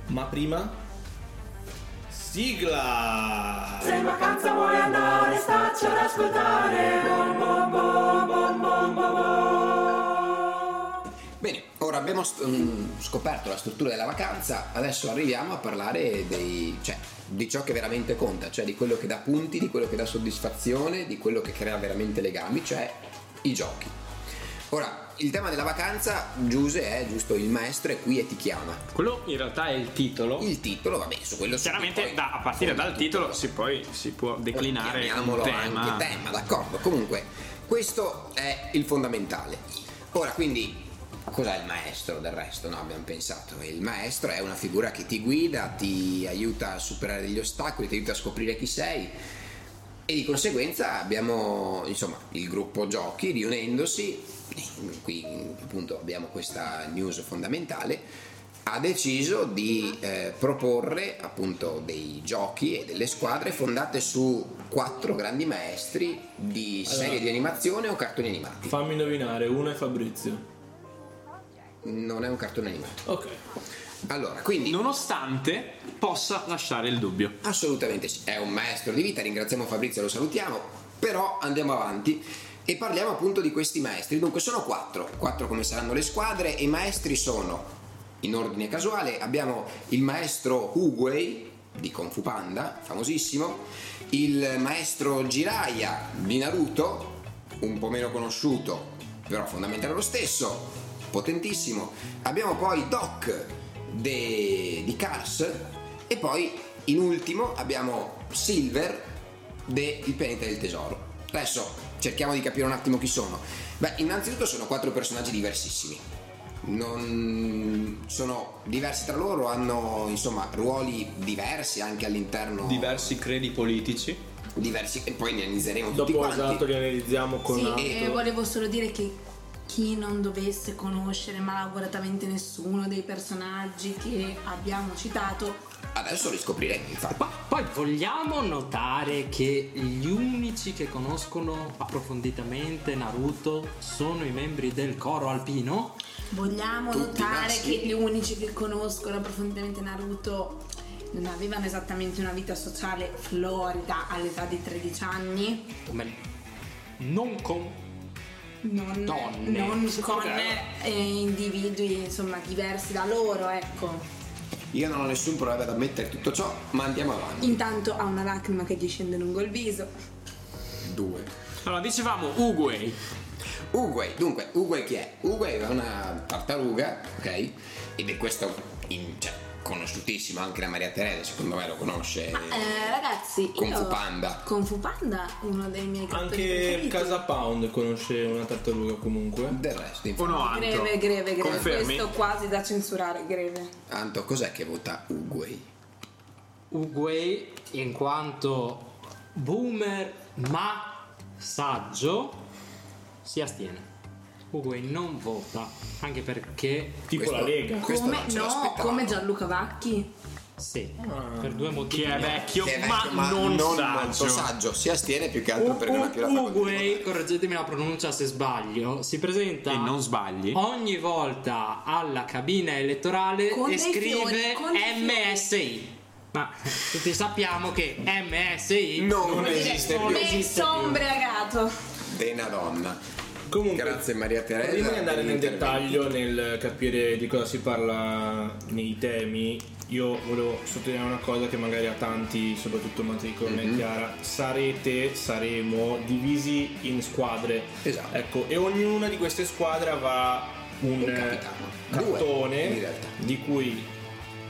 S6: Ma prima sigla.
S1: Se in vacanza vuoi andare, stacci ad ascoltare. Bom, bom, bom, bom, bom, bom, bom.
S3: Bene, ora abbiamo st- mm, scoperto la struttura della vacanza, adesso arriviamo a parlare dei- cioè, di ciò che veramente conta, cioè di quello che dà punti, di quello che dà soddisfazione, di quello che crea veramente legami, cioè i giochi. Ora, il tema della vacanza, Giuse, è giusto il maestro è qui e ti chiama.
S2: Quello in realtà è il titolo.
S3: Il titolo, vabbè, su quello
S2: Chiaramente da- a partire dal titolo si, poi si può declinare un
S3: Chiamiamolo
S2: tema.
S3: anche tema, d'accordo. Comunque, questo è il fondamentale. Ora, quindi, cos'è il maestro del resto? No, abbiamo pensato. Il maestro è una figura che ti guida, ti aiuta a superare degli ostacoli, ti aiuta a scoprire chi sei. E di conseguenza abbiamo insomma il gruppo giochi riunendosi, qui appunto abbiamo questa news fondamentale, ha deciso di eh, proporre appunto dei giochi e delle squadre fondate su quattro grandi maestri di
S6: Allora.
S3: serie di animazione o cartoni animati.
S6: Fammi indovinare, uno è Fabrizio.
S3: Non è un cartone animato.
S6: Ok.
S3: Allora, quindi
S2: nonostante possa lasciare il dubbio.
S3: Assolutamente sì, è un maestro di vita, ringraziamo Fabrizio e lo salutiamo, però andiamo avanti e parliamo appunto di questi maestri. Dunque sono quattro, quattro come saranno le squadre e i maestri sono, in ordine casuale, abbiamo il maestro Huguei di Kung Fu Panda, famosissimo, il maestro Jiraiya di Naruto, un po' meno conosciuto, però fondamentale lo stesso, potentissimo. Abbiamo poi Doc de- di Cars e poi in ultimo abbiamo Silver del pianeta del tesoro. Adesso cerchiamo di capire un attimo chi sono. Beh, innanzitutto sono quattro personaggi diversissimi. Non sono diversi tra loro, hanno insomma ruoli diversi anche all'interno
S2: Diversi credi politici.
S3: diversi e poi ne analizzeremo tutti
S6: Dopo
S3: quanti.
S6: esatto li analizziamo con
S4: Sì,
S6: Anto.
S4: eh, volevo solo dire che chi non dovesse conoscere malauguratamente nessuno dei personaggi che abbiamo citato,
S3: Adesso li scopriremo, infatti.
S5: Poi vogliamo notare che gli unici che conoscono approfonditamente Naruto sono i membri del coro alpino.
S4: vogliamo
S5: Tutti
S4: notare
S5: maschi.
S4: che gli unici che conoscono approfonditamente Naruto non avevano esattamente una vita sociale florida all'età di 13 anni.
S5: Come non con
S4: non,
S5: Donne.
S4: non
S5: Sì,
S4: con
S5: vero.
S4: eh, individui insomma diversi da loro ecco
S3: Io non ho nessun problema ad ammettere tutto ciò, ma andiamo avanti.
S4: intanto ha una lacrima che gli scende lungo il viso
S3: Due.
S2: Allora, dicevamo Uguay.
S3: Uguay, dunque, Uguay chi è? Uguay è una tartaruga, ok? Ed è questo, in- cioè, conosciutissimo anche da Maria Teresa, secondo me lo conosce.
S4: eh, ragazzi
S3: Kung Fu
S4: io
S3: Panda.
S4: Kung Fu Panda uno dei miei cartoni
S6: Anche
S4: preferiti
S6: Casa Pound conosce una tartaruga comunque.
S3: Del resto,
S6: O no,
S4: greve greve greve questo quasi da censurare greve
S3: Anto, cos'è che vota Uguay?
S5: Uguay in quanto boomer ma saggio si astiene. Uguay non vota, anche perché...
S6: Tipo la Lega.
S4: come no come Gianluca Vacchi
S5: Sì, per due motivi.
S2: Che è vecchio,
S3: Che è
S2: ma,
S3: vecchio,
S2: non,
S3: molto
S2: saggio.
S3: saggio. Si astiene più che altro perché non ha più la facoltà.
S5: Uguay, correggetemi la pronuncia se sbaglio, si presenta
S2: E non sbagli.
S5: ogni volta alla cabina elettorale
S4: Con
S5: e
S4: dei fiori,
S5: scrive
S4: con dei fiori.
S5: MSI. Ma tutti sappiamo che MSI
S3: Non esiste
S5: non
S3: più.
S5: esiste più.
S4: sombreagato
S3: Dena donna.
S6: Comunque,
S3: Grazie Maria Teresa.
S6: Prima di andare nel
S3: dell'intervento.
S6: dettaglio, nel capire di cosa si parla nei temi, io volevo sottolineare una cosa che magari a tanti, soprattutto Matri come
S3: Mhm.
S6: Chiara, sarete, saremo divisi in squadre.
S3: Esatto.
S6: Ecco, e ognuna di queste squadre avrà un,
S3: Un
S6: eh,
S3: capitano. Due, in
S6: cartone
S3: realtà.
S6: di cui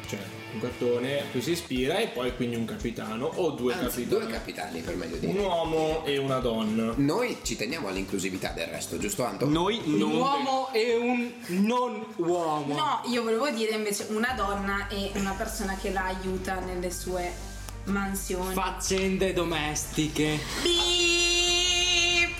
S6: cioè un cartone a cui si ispira e poi quindi un capitano o due
S3: Anzi,
S6: capitani.
S3: due capitani, per meglio
S6: Un
S3: dire.
S6: uomo e una donna.
S3: Noi ci teniamo all'inclusività del resto, giusto Anto?
S2: Noi
S5: Un
S2: non.
S5: uomo e un non uomo.
S4: no io volevo dire invece una donna e una persona che la aiuta nelle sue mansioni
S5: Faccende domestiche.
S4: Beep.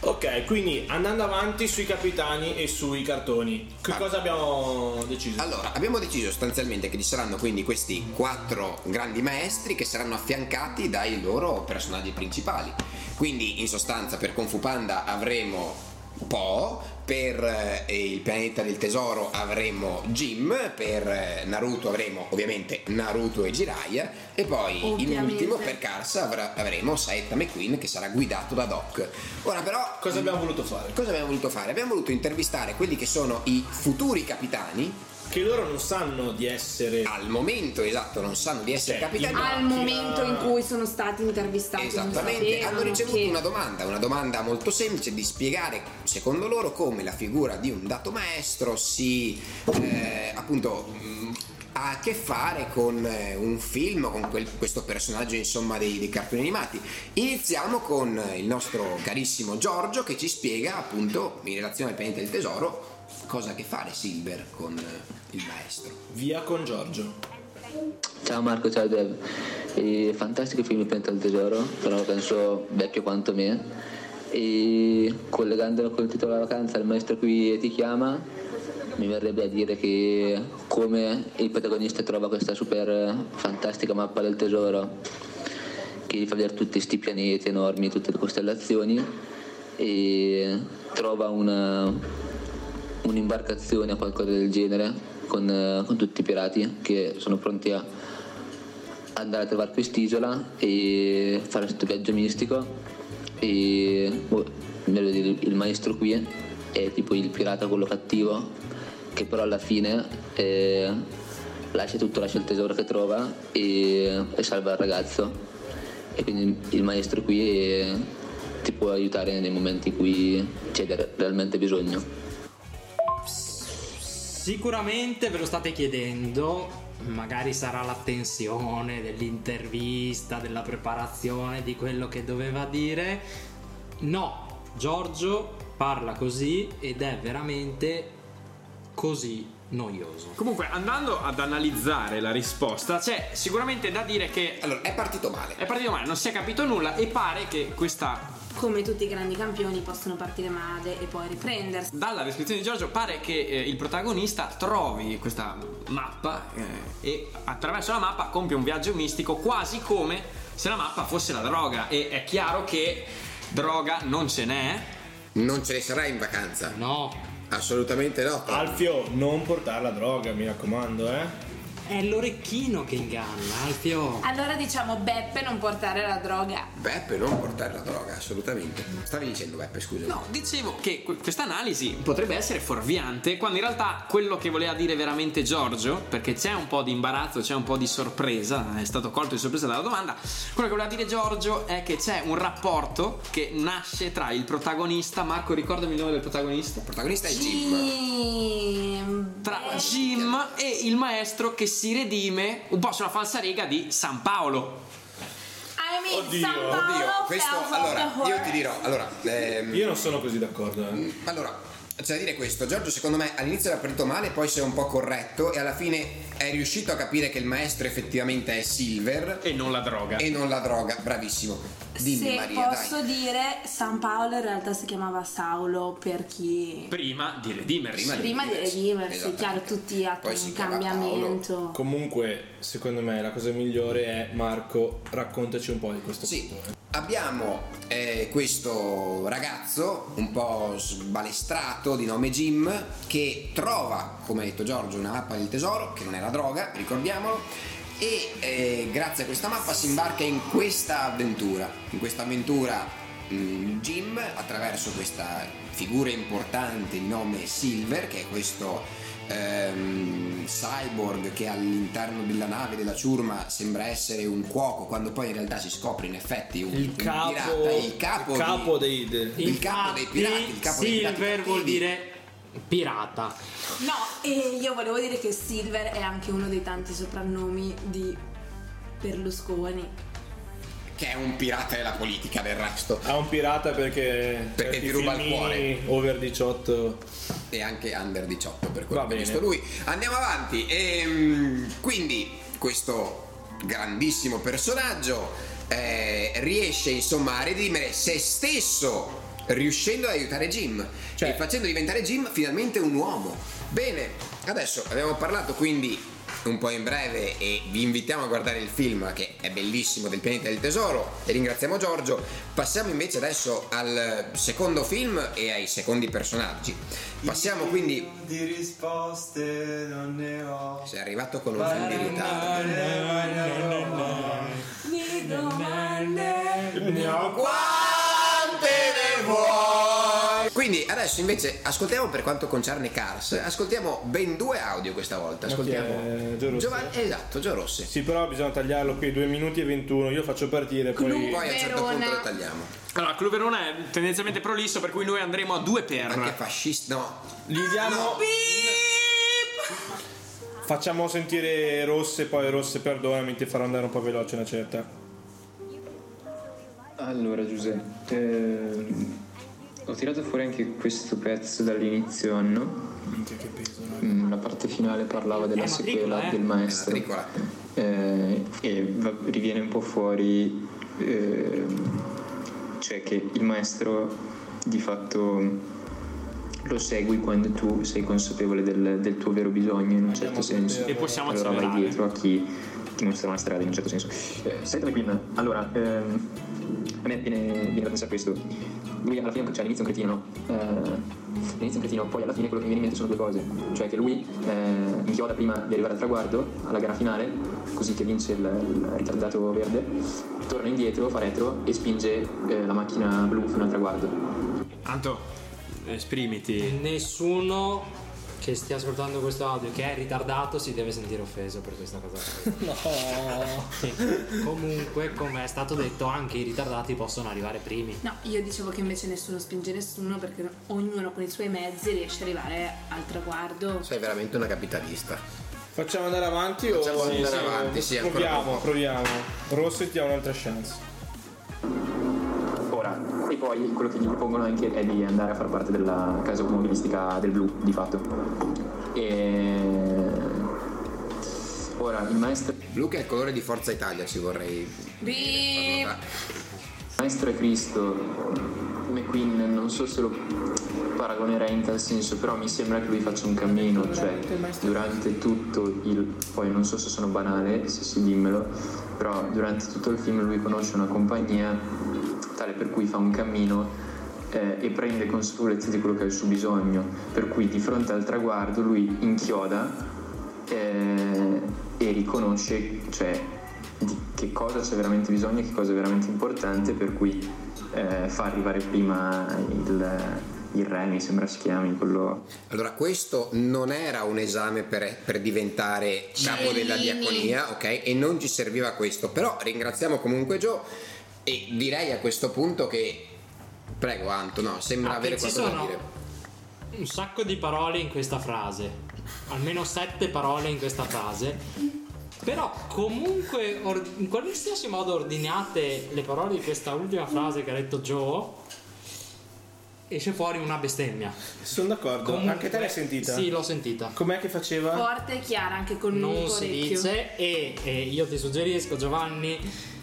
S6: Ok, quindi andando avanti sui capitani e sui cartoni, che
S3: Ah.
S6: cosa abbiamo deciso?
S3: Allora, abbiamo deciso sostanzialmente che ci saranno quindi questi quattro grandi maestri che saranno affiancati dai loro personaggi principali. Quindi, in sostanza, per Kung Fu Panda avremo Po, per eh, il pianeta del tesoro avremo Jim, per eh, Naruto avremo ovviamente Naruto e Jiraiya e poi in
S4: Ovviamente.
S3: ultimo per Kars avrà- avremo Saetta McQueen che sarà guidato da Doc. Ora però mm,
S6: Cosa abbiamo voluto fare?
S3: cosa abbiamo voluto fare? Abbiamo voluto intervistare quelli che sono i futuri capitani
S6: Che loro non sanno di essere...
S3: al momento esatto non sanno di essere
S6: Cioè,
S3: capitani
S4: al momento in cui sono stati intervistati non
S3: esattamente
S4: sapevano
S3: hanno ricevuto
S4: che-
S3: una domanda una domanda molto semplice di spiegare secondo loro come la figura di un dato maestro si eh, appunto mh, ha a che fare con eh, un film con quel- questo personaggio insomma dei, dei cartoni animati iniziamo con il nostro carissimo Giorgio che ci spiega appunto in relazione al pianeta del tesoro cosa ha a che fare Silver con eh, il maestro
S6: Via con Giorgio.
S13: Ciao Marco, ciao Dev. E fantastico film Penta al Tesoro, però penso vecchio quanto me. E collegandolo col titolo della vacanza, il maestro qui ti chiama, mi verrebbe a dire che come il protagonista trova questa super eh, fantastica mappa del tesoro, che gli fa vedere tutti questi pianeti enormi, tutte le costellazioni, e trova una, un'imbarcazione o qualcosa del genere con, eh, con tutti i pirati che sono pronti a andare a trovare quest'isola e fare questo viaggio mistico e boh, mi viene da dire, il maestro qui è tipo il pirata quello cattivo che però alla fine eh, lascia tutto, lascia il tesoro che trova e, e salva il ragazzo e quindi il maestro qui eh, ti può aiutare nei momenti in cui c'è re- realmente bisogno.
S5: Sicuramente ve lo state chiedendo, magari sarà la tensione dell'intervista, della preparazione, di quello che doveva dire. No, Giorgio parla così ed è veramente così. noioso.
S2: Comunque, andando ad analizzare la risposta, c'è sicuramente da dire che.
S3: Allora, è partito male.
S2: È partito male, non si è capito nulla e pare che questa.
S4: Come tutti i grandi campioni possono partire male e poi riprendersi.
S2: Dalla descrizione di Giorgio pare che eh, il protagonista trovi questa mappa eh, e attraverso la mappa compie un viaggio mistico quasi come se la mappa fosse la droga. E è chiaro che droga non ce n'è.
S3: Non ce ne sarà in vacanza.
S5: No.
S3: Assolutamente no.
S6: Alfio, non portare la droga, mi raccomando, eh.
S5: È l'orecchino che inganna, Alfio.
S4: Allora diciamo Beppe non portare la droga.
S3: Beppe non portare la droga, assolutamente. Stavi dicendo Beppe, scusa.
S2: No, dicevo che que- questa analisi potrebbe essere fuorviante, quando in realtà quello che voleva dire veramente Giorgio, perché c'è un po' di imbarazzo, c'è un po' di sorpresa, è stato colto di sorpresa dalla domanda, quello che voleva dire Giorgio è che c'è un rapporto che nasce tra il protagonista, Marco ricordami il nome del protagonista. Il
S3: protagonista è
S4: Jim.
S2: Tra Jim e il maestro che si redime un po' sulla falsariga di San Paolo.
S4: I mean,
S6: Oddio,
S4: San Paolo
S6: oddio,
S4: fell
S3: questo
S4: from
S3: allora
S4: the
S3: io
S4: horse.
S3: ti dirò allora ehm, Mm,
S6: Io non sono così d'accordo, eh.
S3: allora c'è da dire questo Giorgio secondo me all'inizio era partito male poi si è un po' corretto e alla fine è riuscito a capire che il maestro effettivamente è Silver
S2: e non la droga
S3: e non la droga bravissimo dimmi
S4: Se
S3: Maria
S4: posso
S3: dai
S4: dire, San Paolo in realtà si chiamava Saulo per chi...
S2: Prima di redimersi.
S4: Prima, di redimersi, chiaro, tutti hanno
S3: Esatto. si
S4: un
S3: chiama
S4: cambiamento.
S6: Comunque, secondo me la cosa migliore è Marco, raccontaci un po' di questo
S3: Sì.
S6: punto. eh.
S3: Abbiamo eh, questo ragazzo un po' sbalestrato di nome Jim che trova, come ha detto Giorgio, una mappa del tesoro che non era droga, ricordiamolo, e eh, grazie a questa mappa si imbarca in questa avventura. In questa avventura mm, Jim, attraverso questa figura importante di nome Silver, che è questo ehm, cyborg che all'interno della nave della ciurma sembra essere un cuoco quando poi in realtà si scopre in effetti un, un
S6: Il capo,
S3: pirata il capo,
S6: il capo dei,
S3: di-
S6: de-
S3: il capo dei pirati il capo dei pirati
S5: Silver vuol
S3: cattivi.
S5: dire pirata.
S4: No, e io volevo dire che Silver è anche uno dei tanti soprannomi di Berlusconi.
S3: che è un pirata della politica del resto
S6: Ha un pirata perché,
S3: Perché
S6: certi
S3: ti ruba il
S6: filmini
S3: cuore.
S6: Over 18.
S3: e anche under 18 per quello
S6: Va
S3: che ha
S6: bene.
S3: visto lui. Andiamo avanti. Ehm, quindi questo grandissimo personaggio eh, riesce insomma a redimere se stesso riuscendo ad aiutare Jim
S6: Cioè-
S3: e facendo diventare Jim finalmente un uomo. Bene, adesso abbiamo parlato quindi un po' in breve e vi invitiamo a guardare il film che è bellissimo del pianeta del tesoro e ringraziamo Giorgio. Passiamo invece adesso al secondo film e ai secondi personaggi. Passiamo quindi
S14: Di risposte non ne ho.
S3: Sei arrivato con un film di ritardo.
S4: Mi domande.
S6: Ne ho
S3: Quante ne vuoi? Quindi adesso invece ascoltiamo per quanto concerne Cars, ascoltiamo ben due audio questa volta. Ascoltiamo
S6: Ok, Gio Rossi.
S3: Giovanni, esatto, Gio Rossi.
S6: Sì, però bisogna tagliarlo qui 2 minuti e 21. Io faccio partire poi.
S3: Poi a un certo
S4: Verona.
S3: punto lo tagliamo.
S2: Allora, Club Verona è tendenzialmente prolisso, per cui noi andremo a due per.
S3: Anche fascista, no.
S6: Gli diamo. Facciamo sentire rosse, poi rosse perdona, mentre farò andare un po' veloce una certa.
S15: Allora Giuseppe, ehm, ho tirato fuori anche questo pezzo dall'inizio anno. Mm, La parte finale parlava della sequela del maestro. Eh, e va- riviene un po' fuori, ehm, cioè che il maestro di fatto lo segui quando tu sei consapevole del, del tuo vero bisogno in un certo senso.
S2: E possiamo
S15: allora vai
S2: accelerare.
S15: dietro a chi ti mostra una strada in un certo senso. Eh, Senti Queen, allora, ehm, a me appena viene da pensare questo, lui alla fine, cioè all'inizio è un cretino, no? Eh, all'inizio è un cretino, poi alla fine quello che mi viene in mente sono due cose, cioè che lui eh, inchioda prima di arrivare al traguardo, alla gara finale, così che vince il, il ritardato verde, torna indietro, fa retro e spinge eh, la macchina blu fino al traguardo.
S2: Anto, esprimiti.
S5: Nessuno che stia ascoltando questo audio che è ritardato si deve sentire offeso per questa cosa. no. Comunque, come è stato detto, anche i ritardati possono arrivare primi.
S4: No, io dicevo che invece nessuno spinge nessuno perché ognuno con i suoi mezzi riesce ad arrivare al traguardo.
S3: Sei veramente una capitalista.
S6: Facciamo andare avanti o
S3: Facciamo andare avanti, sì, ancora
S6: proviamo,
S3: poco.
S6: proviamo. Rosse ti ha un'altra chance.
S15: Ora, e poi quello che gli propongono anche è di andare a far parte della casa automobilistica del blu, di fatto. E ora il maestro.
S3: Luca è il colore di Forza Italia, ci vorrei.
S4: Beep.
S15: Maestro è Cristo, McQueen non so se lo paragonerei in tal senso, però mi sembra che lui faccia un cammino, cioè durante tutto il... poi non so se sono banale, se sì dimmelo, però durante tutto il film lui conosce una compagnia tale per cui fa un cammino eh, e prende consapevolezza di quello che è il suo bisogno, per cui di fronte al traguardo lui inchioda eh, e riconosce, cioè che cosa c'è veramente bisogno e che cosa è veramente importante, per cui eh, fa arrivare prima il, il re, mi sembra si chiami quello.
S3: Allora, questo non era un esame per, per diventare capo della
S4: Cellini.
S3: diaconia, ok? E non ci serviva questo. Però ringraziamo comunque Joe e direi a questo punto che. Prego, Anto, no, sembra
S5: Ah,
S3: avere
S5: che ci
S3: qualcosa da
S5: sono.
S3: dire.
S5: Un sacco di parole in questa frase. Almeno sette parole in questa frase. Però comunque or- in qualsiasi modo ordinate le parole di questa ultima frase che ha detto Joe, esce fuori una bestemmia.
S6: Sono d'accordo. Anche te l'hai sentita?
S5: Sì, l'ho sentita.
S6: Com'è che faceva?
S4: Forte e chiara anche con
S5: non
S4: l'unico
S5: si
S4: orecchio.
S5: dice e, e io ti suggerisco Giovanni Eh,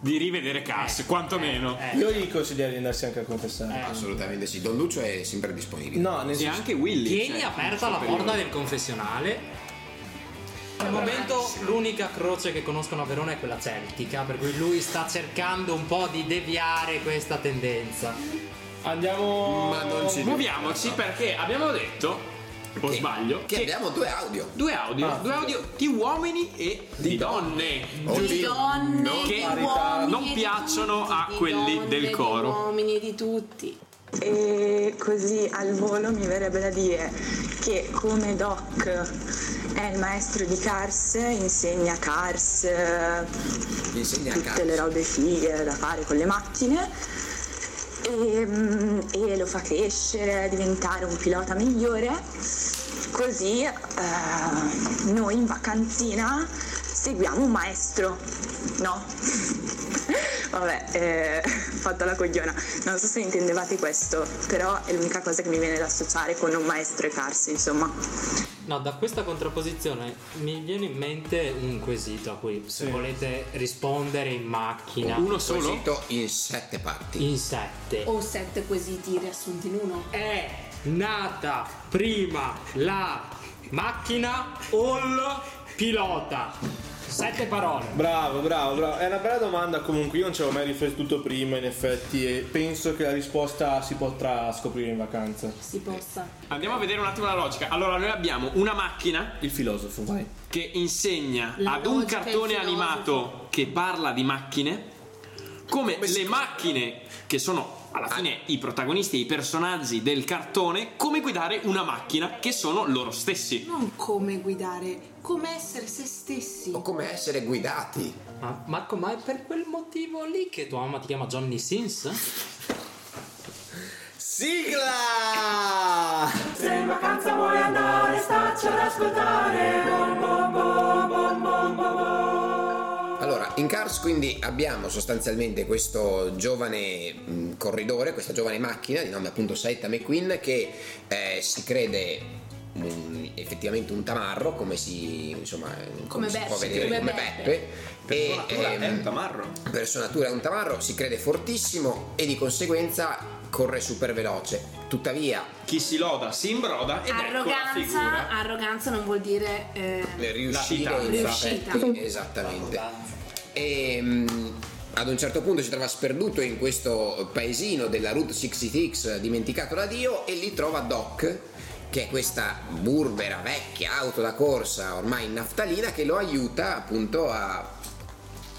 S2: di rivedere Cass, quantomeno.
S6: Io gli consiglio di andarsi anche a confessare.
S3: Assolutamente sì, Don Lucio è sempre disponibile.
S6: No, nel
S5: E
S6: senso-
S5: Eh. anche Willy, Tieni cioè, aperta la superiore. porta del confessionale. Al momento l'unica croce che conoscono a Verona è quella celtica, per cui lui sta cercando un po' di deviare questa tendenza.
S6: Andiamo
S2: Ma non ci Muoviamoci perché abbiamo detto, o sbaglio,
S3: che abbiamo due audio.
S2: Due audio,
S3: Ah.
S2: due audio di uomini e di, donne.
S3: Oh,
S2: Giusto?
S4: Di donne, di
S2: che
S4: uomini e
S2: non
S4: di
S2: piacciono a
S4: tutti, di
S2: quelli
S4: donne,
S2: del
S4: di
S2: coro.
S4: uomini e di tutti.
S16: E così al volo mi verrebbe da dire che come Doc è il maestro di Cars, insegna Cars, eh,
S3: Insegna
S16: tutte le robe fighe da fare con le macchine e, mm, e lo fa crescere, diventare un pilota migliore. Così eh, noi in vacanzina seguiamo un maestro, no? Vabbè, eh, fatta la cogliona. Non so se intendevate questo, però è l'unica cosa che mi viene da associare con un maestro e Cars, insomma.
S5: No, da questa contrapposizione mi viene in mente un quesito a cui se volete rispondere in macchina.
S3: Uno solo? Quesito in sette parti.
S5: In sette.
S4: O sette quesiti riassunti in uno.
S5: È nata prima la macchina o il pilota? Sette parole.
S6: Bravo, bravo, bravo. È una bella domanda comunque, io non ci avevo mai riflettuto prima in effetti e penso che la risposta si potrà scoprire in vacanza.
S4: Si possa.
S2: Andiamo a vedere un attimo la logica. Allora, noi abbiamo una macchina.
S6: Il filosofo, vai.
S2: Che insegna
S4: La
S2: ad un
S4: logica, il
S2: cartone
S4: filosofo.
S2: animato che parla di macchine come, le macchine che sono alla fine i protagonisti, i personaggi del cartone, come guidare una macchina che sono loro stessi.
S4: Non come guidare, come essere se stessi. O
S3: come essere guidati.
S5: Ma Marco, ma è per quel motivo lì che tua mamma ti chiama Johnny Sins?
S6: Sigla!
S1: Se in vacanza vuoi andare, stacci ad ascoltare. Bom, bom, bom, bom, bom, bom, bom.
S3: Allora, in Cars quindi abbiamo sostanzialmente questo giovane mh, corridore, questa giovane macchina di nome appunto Saetta McQueen che eh, si crede un- effettivamente un tamarro, come si, insomma, come
S4: Come
S3: si può
S4: Beppe.
S3: vedere
S4: Come
S3: come
S4: Beppe.
S3: Beppe. E, ehm,
S2: natura è un tamarro.
S3: Per sua natura è un tamarro, si crede fortissimo e di conseguenza corre super veloce. Tuttavia,
S2: chi si loda si imbroda ed ecco la
S4: Arroganza,
S2: figura.
S4: arroganza non vuol dire eh,
S3: riuscita
S4: La
S3: in
S4: riuscita.
S3: effetti, esattamente e mh, ad un certo punto si trova sperduto in questo paesino della Route 66 dimenticato da Dio e lì trova Doc che è questa burbera vecchia auto da corsa ormai in naftalina che lo aiuta appunto a,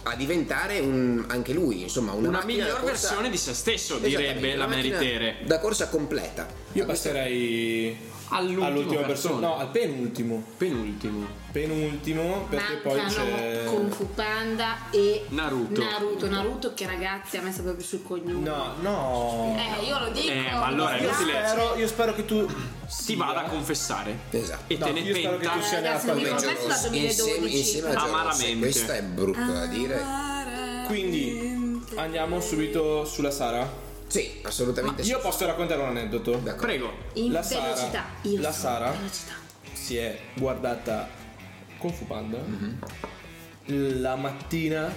S3: a diventare un- anche lui insomma una,
S2: Una
S3: macchina da
S2: miglior
S3: corsa-
S2: versione di se stesso,
S3: Esattamente,
S2: direbbe la
S3: una macchina
S2: meritere.
S3: da corsa completa
S6: Io passerei
S2: all'ultimo
S6: all'ultima persona.
S2: cartone.
S6: no, al penultimo.
S2: Penultimo.
S6: Penultimo perché poi c'è
S4: mancano Kung Fu Panda e
S6: Naruto.
S4: Naruto, Naruto che ragazzi a me sta proprio sul cognome.
S6: No, no.
S4: Eh, io lo dico.
S2: Eh, ma allora è
S6: io
S2: inutile.
S6: spero, io spero che tu
S2: Si vada a confessare e
S6: No,
S2: te ne
S6: io spero che
S2: penta
S6: tu sia nella Ragazzi, abbiamo famiglia. perso la
S3: Insieme-
S6: 2012.
S3: insieme a Gio Rossi,
S2: Amaramente.
S3: questa è brutta
S6: Ah,
S3: da dire
S6: Quindi andiamo subito sulla Sara?
S3: Sì, assolutamente
S6: Io posso raccontare un aneddoto?
S3: Prego.
S4: In
S6: La
S4: velocità,
S6: Sara,
S4: io
S6: la
S4: so,
S6: Sara si è guardata con Fupanda
S3: Mhm.
S6: la mattina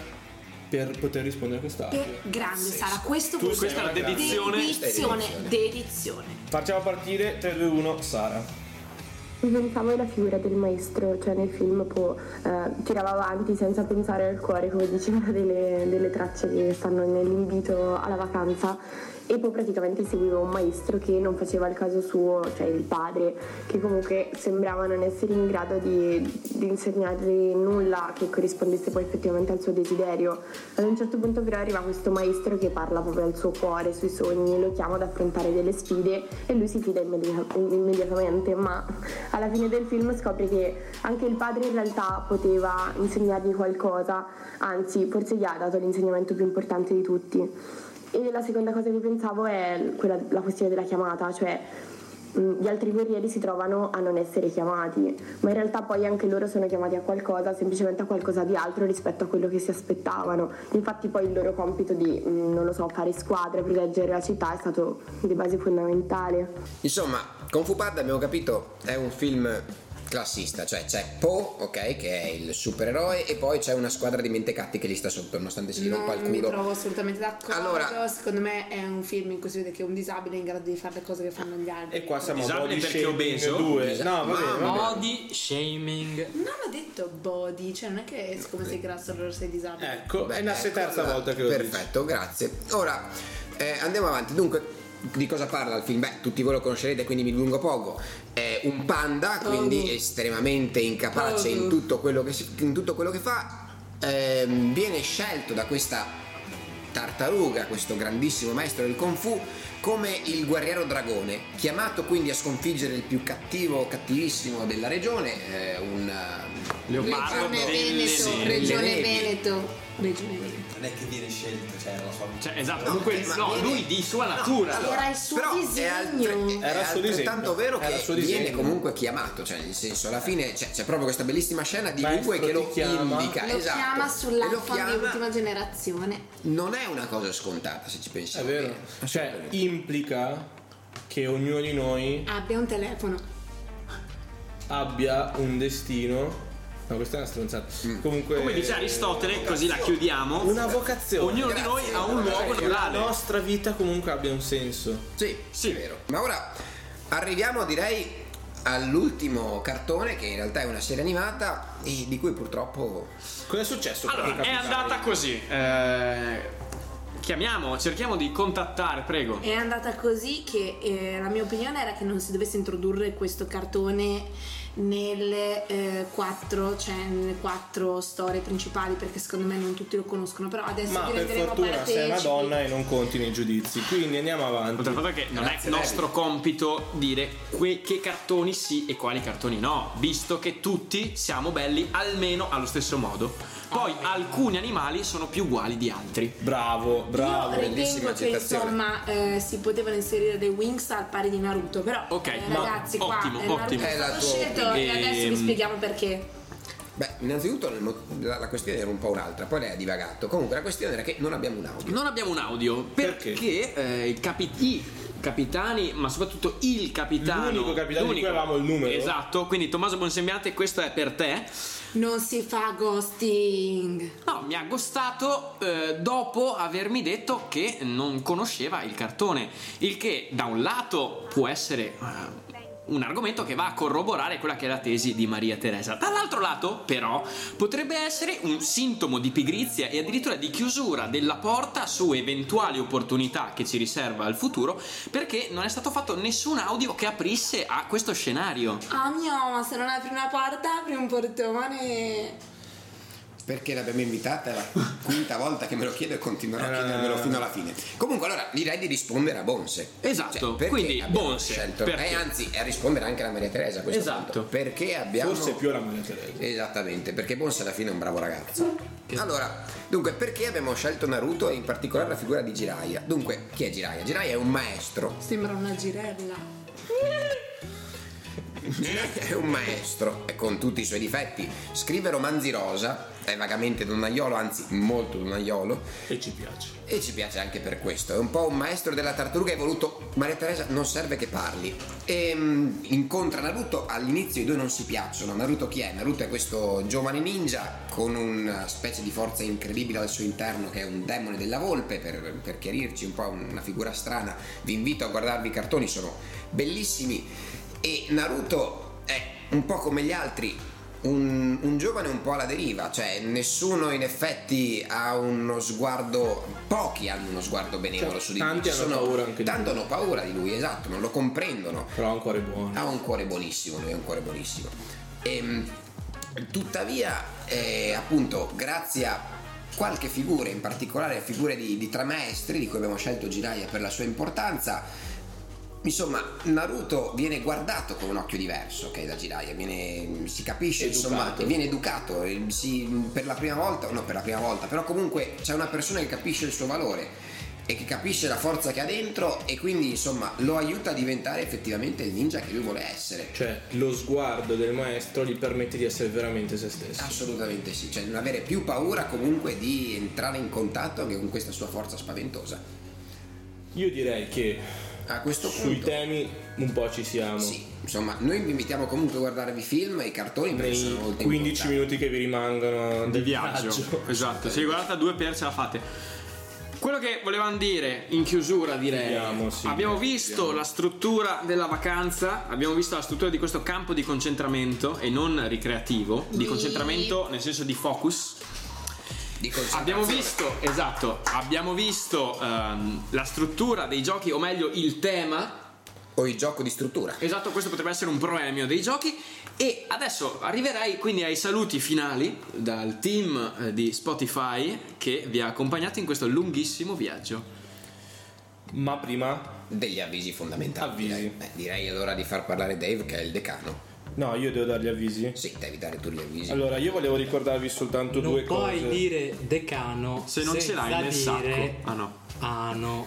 S6: per poter rispondere a quest'audio.
S4: Per grande Sara, questo
S6: Tu sei
S4: è
S6: una grande.
S4: dedizione,
S6: Dedizione.
S4: dedizione.
S6: Facciamo partire 3, 2, 1, Sara.
S17: Inventavo la figura del maestro, cioè nel film po, eh, tirava avanti senza pensare al cuore, come diceva, delle, delle tracce che stanno nell'invito alla vacanza. E poi praticamente seguiva un maestro che non faceva il caso suo, cioè il padre, che comunque sembrava non essere in grado di, di insegnargli nulla che corrispondesse poi effettivamente al suo desiderio. Ad un certo punto però arriva questo maestro che parla proprio al suo cuore, sui sogni, lo chiama ad affrontare delle sfide e lui si fida immedi- immediatamente, ma alla fine del film scopre che anche il padre in realtà poteva insegnargli qualcosa, anzi forse gli ha dato l'insegnamento più importante di tutti. E la seconda cosa che pensavo è quella- la questione della chiamata, cioè mh, gli altri guerrieri si trovano a non essere chiamati, ma in realtà poi anche loro sono chiamati a qualcosa, semplicemente a qualcosa di altro rispetto a quello che si aspettavano. Infatti poi il loro compito di, mh, non lo so, fare squadra, proteggere la città è stato di base fondamentale.
S3: Insomma, con Fupad abbiamo capito è un film classista, cioè c'è Poe, ok, che è il supereroe e poi c'è una squadra di mentecatti che gli sta sotto, nonostante si rompa il
S4: Non mi
S3: culo.
S4: trovo assolutamente d'accordo.
S3: Allora-
S4: Secondo me è un film in cui si vede che un disabile è in grado di fare le cose che fanno gli altri.
S6: E qua siamo a
S2: Disabile
S6: body
S2: perché
S6: shaming
S2: obeso.
S6: due. No, va bene, va bene.
S5: Body shaming.
S4: Non ho detto body, cioè non è che siccome sei grasso allora sei disabile.
S6: Ecco,
S3: è la terza volta che lo Perfetto, grazie. Ora eh, andiamo avanti. Dunque, di cosa parla il film? Beh, tutti voi lo conoscerete, quindi mi dilungo poco. È un panda, quindi estremamente incapace in tutto quello che, si- in tutto quello che fa. Ehm, viene scelto da questa tartaruga, questo grandissimo maestro del Kung Fu, come il guerriero dragone, chiamato quindi a sconfiggere il più cattivo, cattivissimo della regione, eh, un eh,
S2: Leopardo
S3: leopardo
S2: delle nevi.
S3: delle nevi.
S4: Veneto. Regione Veneto.
S2: Non è che viene scelto, cioè, non so. Cioè, esatto, comunque, no, lui di sua
S3: No,
S2: natura.
S3: allora,
S4: Era il suo
S3: però È, altre-
S4: disegno.
S3: è
S6: Era il suo
S3: altrettanto
S6: disegno.
S3: vero
S6: Era il
S3: che
S6: suo
S3: viene
S6: disegno.
S3: comunque chiamato, cioè nel senso alla fine cioè, c'è, c'è proprio questa bellissima scena di
S6: Maestro
S3: lui che
S6: ti
S3: lo
S6: chiama.
S3: indica,
S4: Lo
S3: esatto.
S4: chiama
S3: E lo
S4: sull'iPhone di
S3: chiama-
S4: ultima generazione.
S3: Non è una cosa scontata se ci pensi.
S6: È vero. Cioè, implica che ognuno di noi
S4: Abbia un telefono.
S6: abbia un destino. No, questa è una stronzata. Comunque,
S2: Come dice Aristotele, così la chiudiamo.
S6: Una vocazione.
S2: Ognuno di noi ha un luogo
S6: Che
S2: naturale.
S6: La nostra vita comunque abbia un senso.
S3: Sì, sì, è vero. Ma ora arriviamo direi all'ultimo cartone che in realtà è una serie animata e di cui purtroppo
S6: Cosa è successo?
S2: Allora, è andata così. Eh, chiamiamo, cerchiamo di contattare, prego.
S4: È andata così che eh, la mia opinione era che non si dovesse introdurre questo cartone nelle eh, quattro, cioè nelle quattro storie principali perché secondo me non tutti lo conoscono, però adesso
S6: Ma
S4: che
S6: per
S4: renderemo
S6: fortuna sei una
S4: partecipi-
S6: donna e non conti nei giudizi. Quindi andiamo avanti.
S2: Oltre al fatto che non è nostro compito dire que- che cartoni sì e quali cartoni no, visto che tutti siamo belli almeno allo stesso modo. Poi alcuni animali sono più uguali di altri.
S6: Bravo, bravo,
S4: Io ritengo che insomma eh, si potevano inserire le Wings al pari di Naruto, però
S2: Ok,
S4: eh,
S2: ma
S4: ragazzi qua
S2: ottimo,
S4: eh, Naruto
S2: ottimo.
S4: è
S2: È la
S4: stato
S2: tua
S4: scelto e
S2: opinione.
S4: adesso vi
S2: Ehm.
S4: spieghiamo perché.
S3: Beh, innanzitutto nel mo- la, la questione era un po' un'altra, poi lei ha divagato. Comunque la questione era che non abbiamo un audio.
S2: Non abbiamo un audio perché, eh, i capi- i capitani, ma soprattutto il capitano.
S6: L'unico capitano di cui avevamo il numero.
S2: Esatto, quindi Tommaso Bonsembiante, questo è per te.
S4: Non si fa ghosting.
S2: No, mi ha ghostato eh, dopo avermi detto che non conosceva il cartone, il che da un lato può essere eh, un argomento che va a corroborare quella che è la tesi di Maria Teresa. Dall'altro lato, però, potrebbe essere un sintomo di pigrizia e addirittura di chiusura della porta su eventuali opportunità che ci riserva il futuro, perché non è stato fatto nessun audio che aprisse a questo scenario.
S4: Ah mio, ma se non apri una porta, apri un portone.
S3: Perché l'abbiamo invitata è la quinta volta che me lo chiedo e continuerò a
S2: Eh.
S3: chiedermelo fino alla fine. Comunque allora direi di rispondere a Bonse.
S2: Esatto,
S3: perché
S2: quindi
S3: abbiamo
S2: Bonse,
S3: scelto-
S2: perché?
S3: Eh, anzi, è a rispondere anche alla Maria Teresa a questo
S2: Esatto.
S3: punto. Perché abbiamo
S6: Forse più alla Maria Teresa.
S3: Esattamente, perché Bonse alla fine è un bravo ragazzo. Allora, dunque, perché abbiamo scelto Naruto e in particolare la figura di Jiraiya? Dunque, chi è Jiraiya? Jiraiya è un maestro
S4: Sembra una girella.
S3: È un maestro, e con tutti i suoi difetti. Scrive romanzi rosa, è vagamente donnaiolo, anzi molto donnaiolo. E ci piace. E ci piace anche per questo. È un po' un maestro della tartaruga evoluto. Maria Teresa non serve che parli. E mh, incontra Naruto, all'inizio i due non si piacciono. Naruto chi è? Naruto è questo giovane ninja con una specie di forza incredibile al suo interno che è un demone della volpe, per, per chiarirci un po' una figura strana. Vi invito a guardarvi i cartoni, sono bellissimi. E Naruto è un po' come gli altri, un, un giovane un po' alla deriva, cioè nessuno in effetti ha uno sguardo, pochi hanno uno sguardo benevolo
S6: Cioè,
S3: su di
S6: tanti
S3: lui.
S6: hanno paura anche di
S3: tanto
S6: lui.
S3: hanno paura di lui, esatto, non lo comprendono.
S6: Però ha un cuore buono.
S3: Ha un cuore buonissimo, lui ha un cuore buonissimo. Ehm, tuttavia, eh, appunto, grazie a qualche figura, in particolare figure di, di tre maestri, di cui abbiamo scelto Jiraiya per la sua importanza, Insomma, Naruto viene guardato con un occhio diverso che è da Jiraiya, viene, si capisce,
S6: Educato.
S3: insomma, viene educato, eh, si- per la prima volta, no per la prima volta, però comunque c'è una persona che capisce il suo valore e che capisce la forza che ha dentro e quindi insomma lo aiuta a diventare effettivamente il ninja che lui vuole essere.
S6: Cioè, lo sguardo del maestro gli permette di essere veramente se stesso.
S3: Assolutamente sì, cioè non avere più paura comunque di entrare in contatto anche con questa sua forza spaventosa.
S6: Io direi che
S3: a questo
S6: sui
S3: punto-
S6: temi un po' ci siamo.
S3: Sì, insomma, noi vi invitiamo comunque a guardarvi i film e i cartoni perché sono
S6: Nei
S3: molto
S6: 15 minuti che vi rimangono
S2: di viaggio. Esatto, se guardate a due per ce la fate. Quello che volevamo dire in chiusura direi, abbiamo visto la struttura della vacanza, abbiamo visto la struttura di questo campo di concentramento e non ricreativo, di
S6: Sì.
S2: concentramento nel senso di focus. abbiamo visto, esatto, abbiamo visto ehm, la struttura dei giochi, o meglio il tema.
S3: O il gioco di struttura.
S2: Esatto, questo potrebbe essere un premio dei giochi. E adesso arriverei quindi ai saluti finali dal team eh, di Spotify che vi ha accompagnato in questo lunghissimo viaggio.
S6: Ma prima
S3: degli avvisi fondamentali. Direi. Beh, direi allora di far parlare Dave che è il decano.
S6: No, io devo dare gli avvisi.
S3: Sì, devi dare tu gli avvisi.
S6: Allora, io volevo ricordarvi soltanto
S5: Non
S6: due
S5: puoi
S6: cose.
S5: dire decano
S6: Se non ce l'hai
S5: senza
S6: nel sacco.
S5: dire
S2: Ah no.
S5: ano.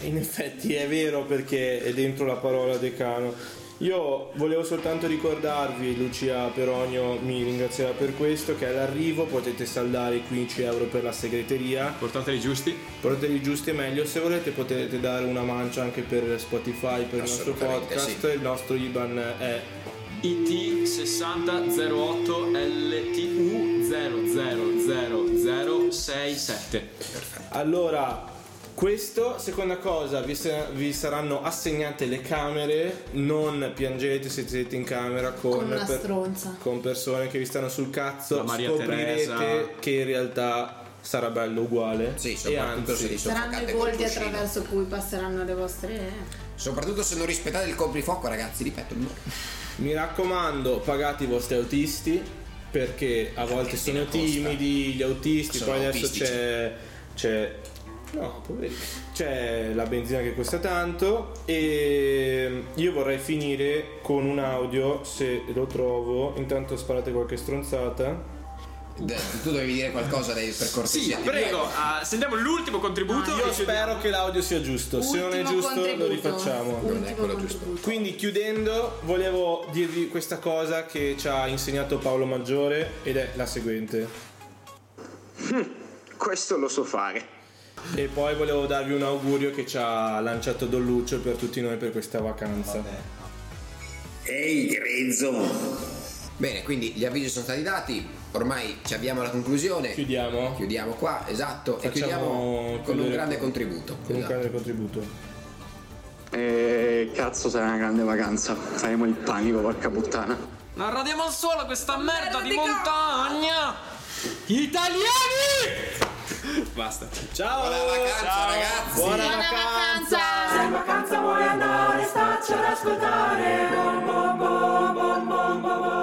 S6: In effetti è vero perché è dentro la parola decano. Io volevo soltanto ricordarvi, Lucia Peronio mi ringrazierà per questo, che all'arrivo potete saldare i 15 euro per la segreteria.
S2: Portateli giusti.
S6: Portateli giusti è meglio, se volete potete dare una mancia anche per Spotify, per il nostro
S2: Assolutamente,
S6: podcast. Il nostro IBAN è
S2: IT6008LTU0000067.
S6: Allora, questo, seconda cosa, vi, sa- vi saranno assegnate le camere, non piangete se siete in camera con,
S4: Con una
S6: per-
S4: stronza.
S6: con persone che vi stanno sul
S2: La
S6: cazzo,
S2: Maria
S6: scoprirete
S2: Teresa.
S6: che in realtà sarà bello uguale. Sì, e anzi,
S4: Saranno i volti attraverso cui passeranno le vostre. eh.
S3: Soprattutto se non rispettate il coprifuoco, ragazzi, ripeto, no.
S6: mi raccomando, pagate i vostri autisti perché a volte sono timidi gli autisti,
S3: Sono certo.
S6: poi adesso
S3: autistici.
S6: c'è, c'è No, poveri. C'è la benzina che costa tanto e io vorrei finire con un audio, se lo trovo, intanto sparate qualche stronzata.
S3: Tu dovevi dire qualcosa Dave, per cortesia.
S2: Sì, prego, ah, sentiamo l'ultimo contributo.
S6: Ah, Io spero che l'audio sia giusto, se non è
S2: Ultimo
S6: giusto lo
S2: contributo.
S6: rifacciamo.
S2: Non è quello
S3: giusto.
S6: Quindi chiudendo volevo dirvi questa cosa che ci ha insegnato Paolo Maggiore ed è la seguente.
S18: Questo lo so fare.
S6: E poi volevo darvi un augurio che ci ha lanciato Don Lucio per tutti noi per questa vacanza.
S3: Ehi, grezzo! Bene, quindi gli avvisi sono stati dati, ormai ci avviamo alla conclusione.
S6: Chiudiamo.
S3: Chiudiamo qua, esatto, e
S6: Facciamo
S3: chiudiamo con un
S6: chiudere-
S3: grande contributo.
S6: Diciamo Con un
S3: Esatto.
S6: grande contributo.
S18: E Eh, cazzo, sarà una grande vacanza. Faremo il panico, porca puttana.
S2: Non radiamo al suolo questa merda di montagna! Italiani!
S6: Basta. Ciao!
S1: Buona vacanza, ragazzi!
S6: Buona
S1: vacanza! Se in vacanza vuoi andare, stacci ad ascoltare. Bon, bon, bon, bon, bon, bon, bon.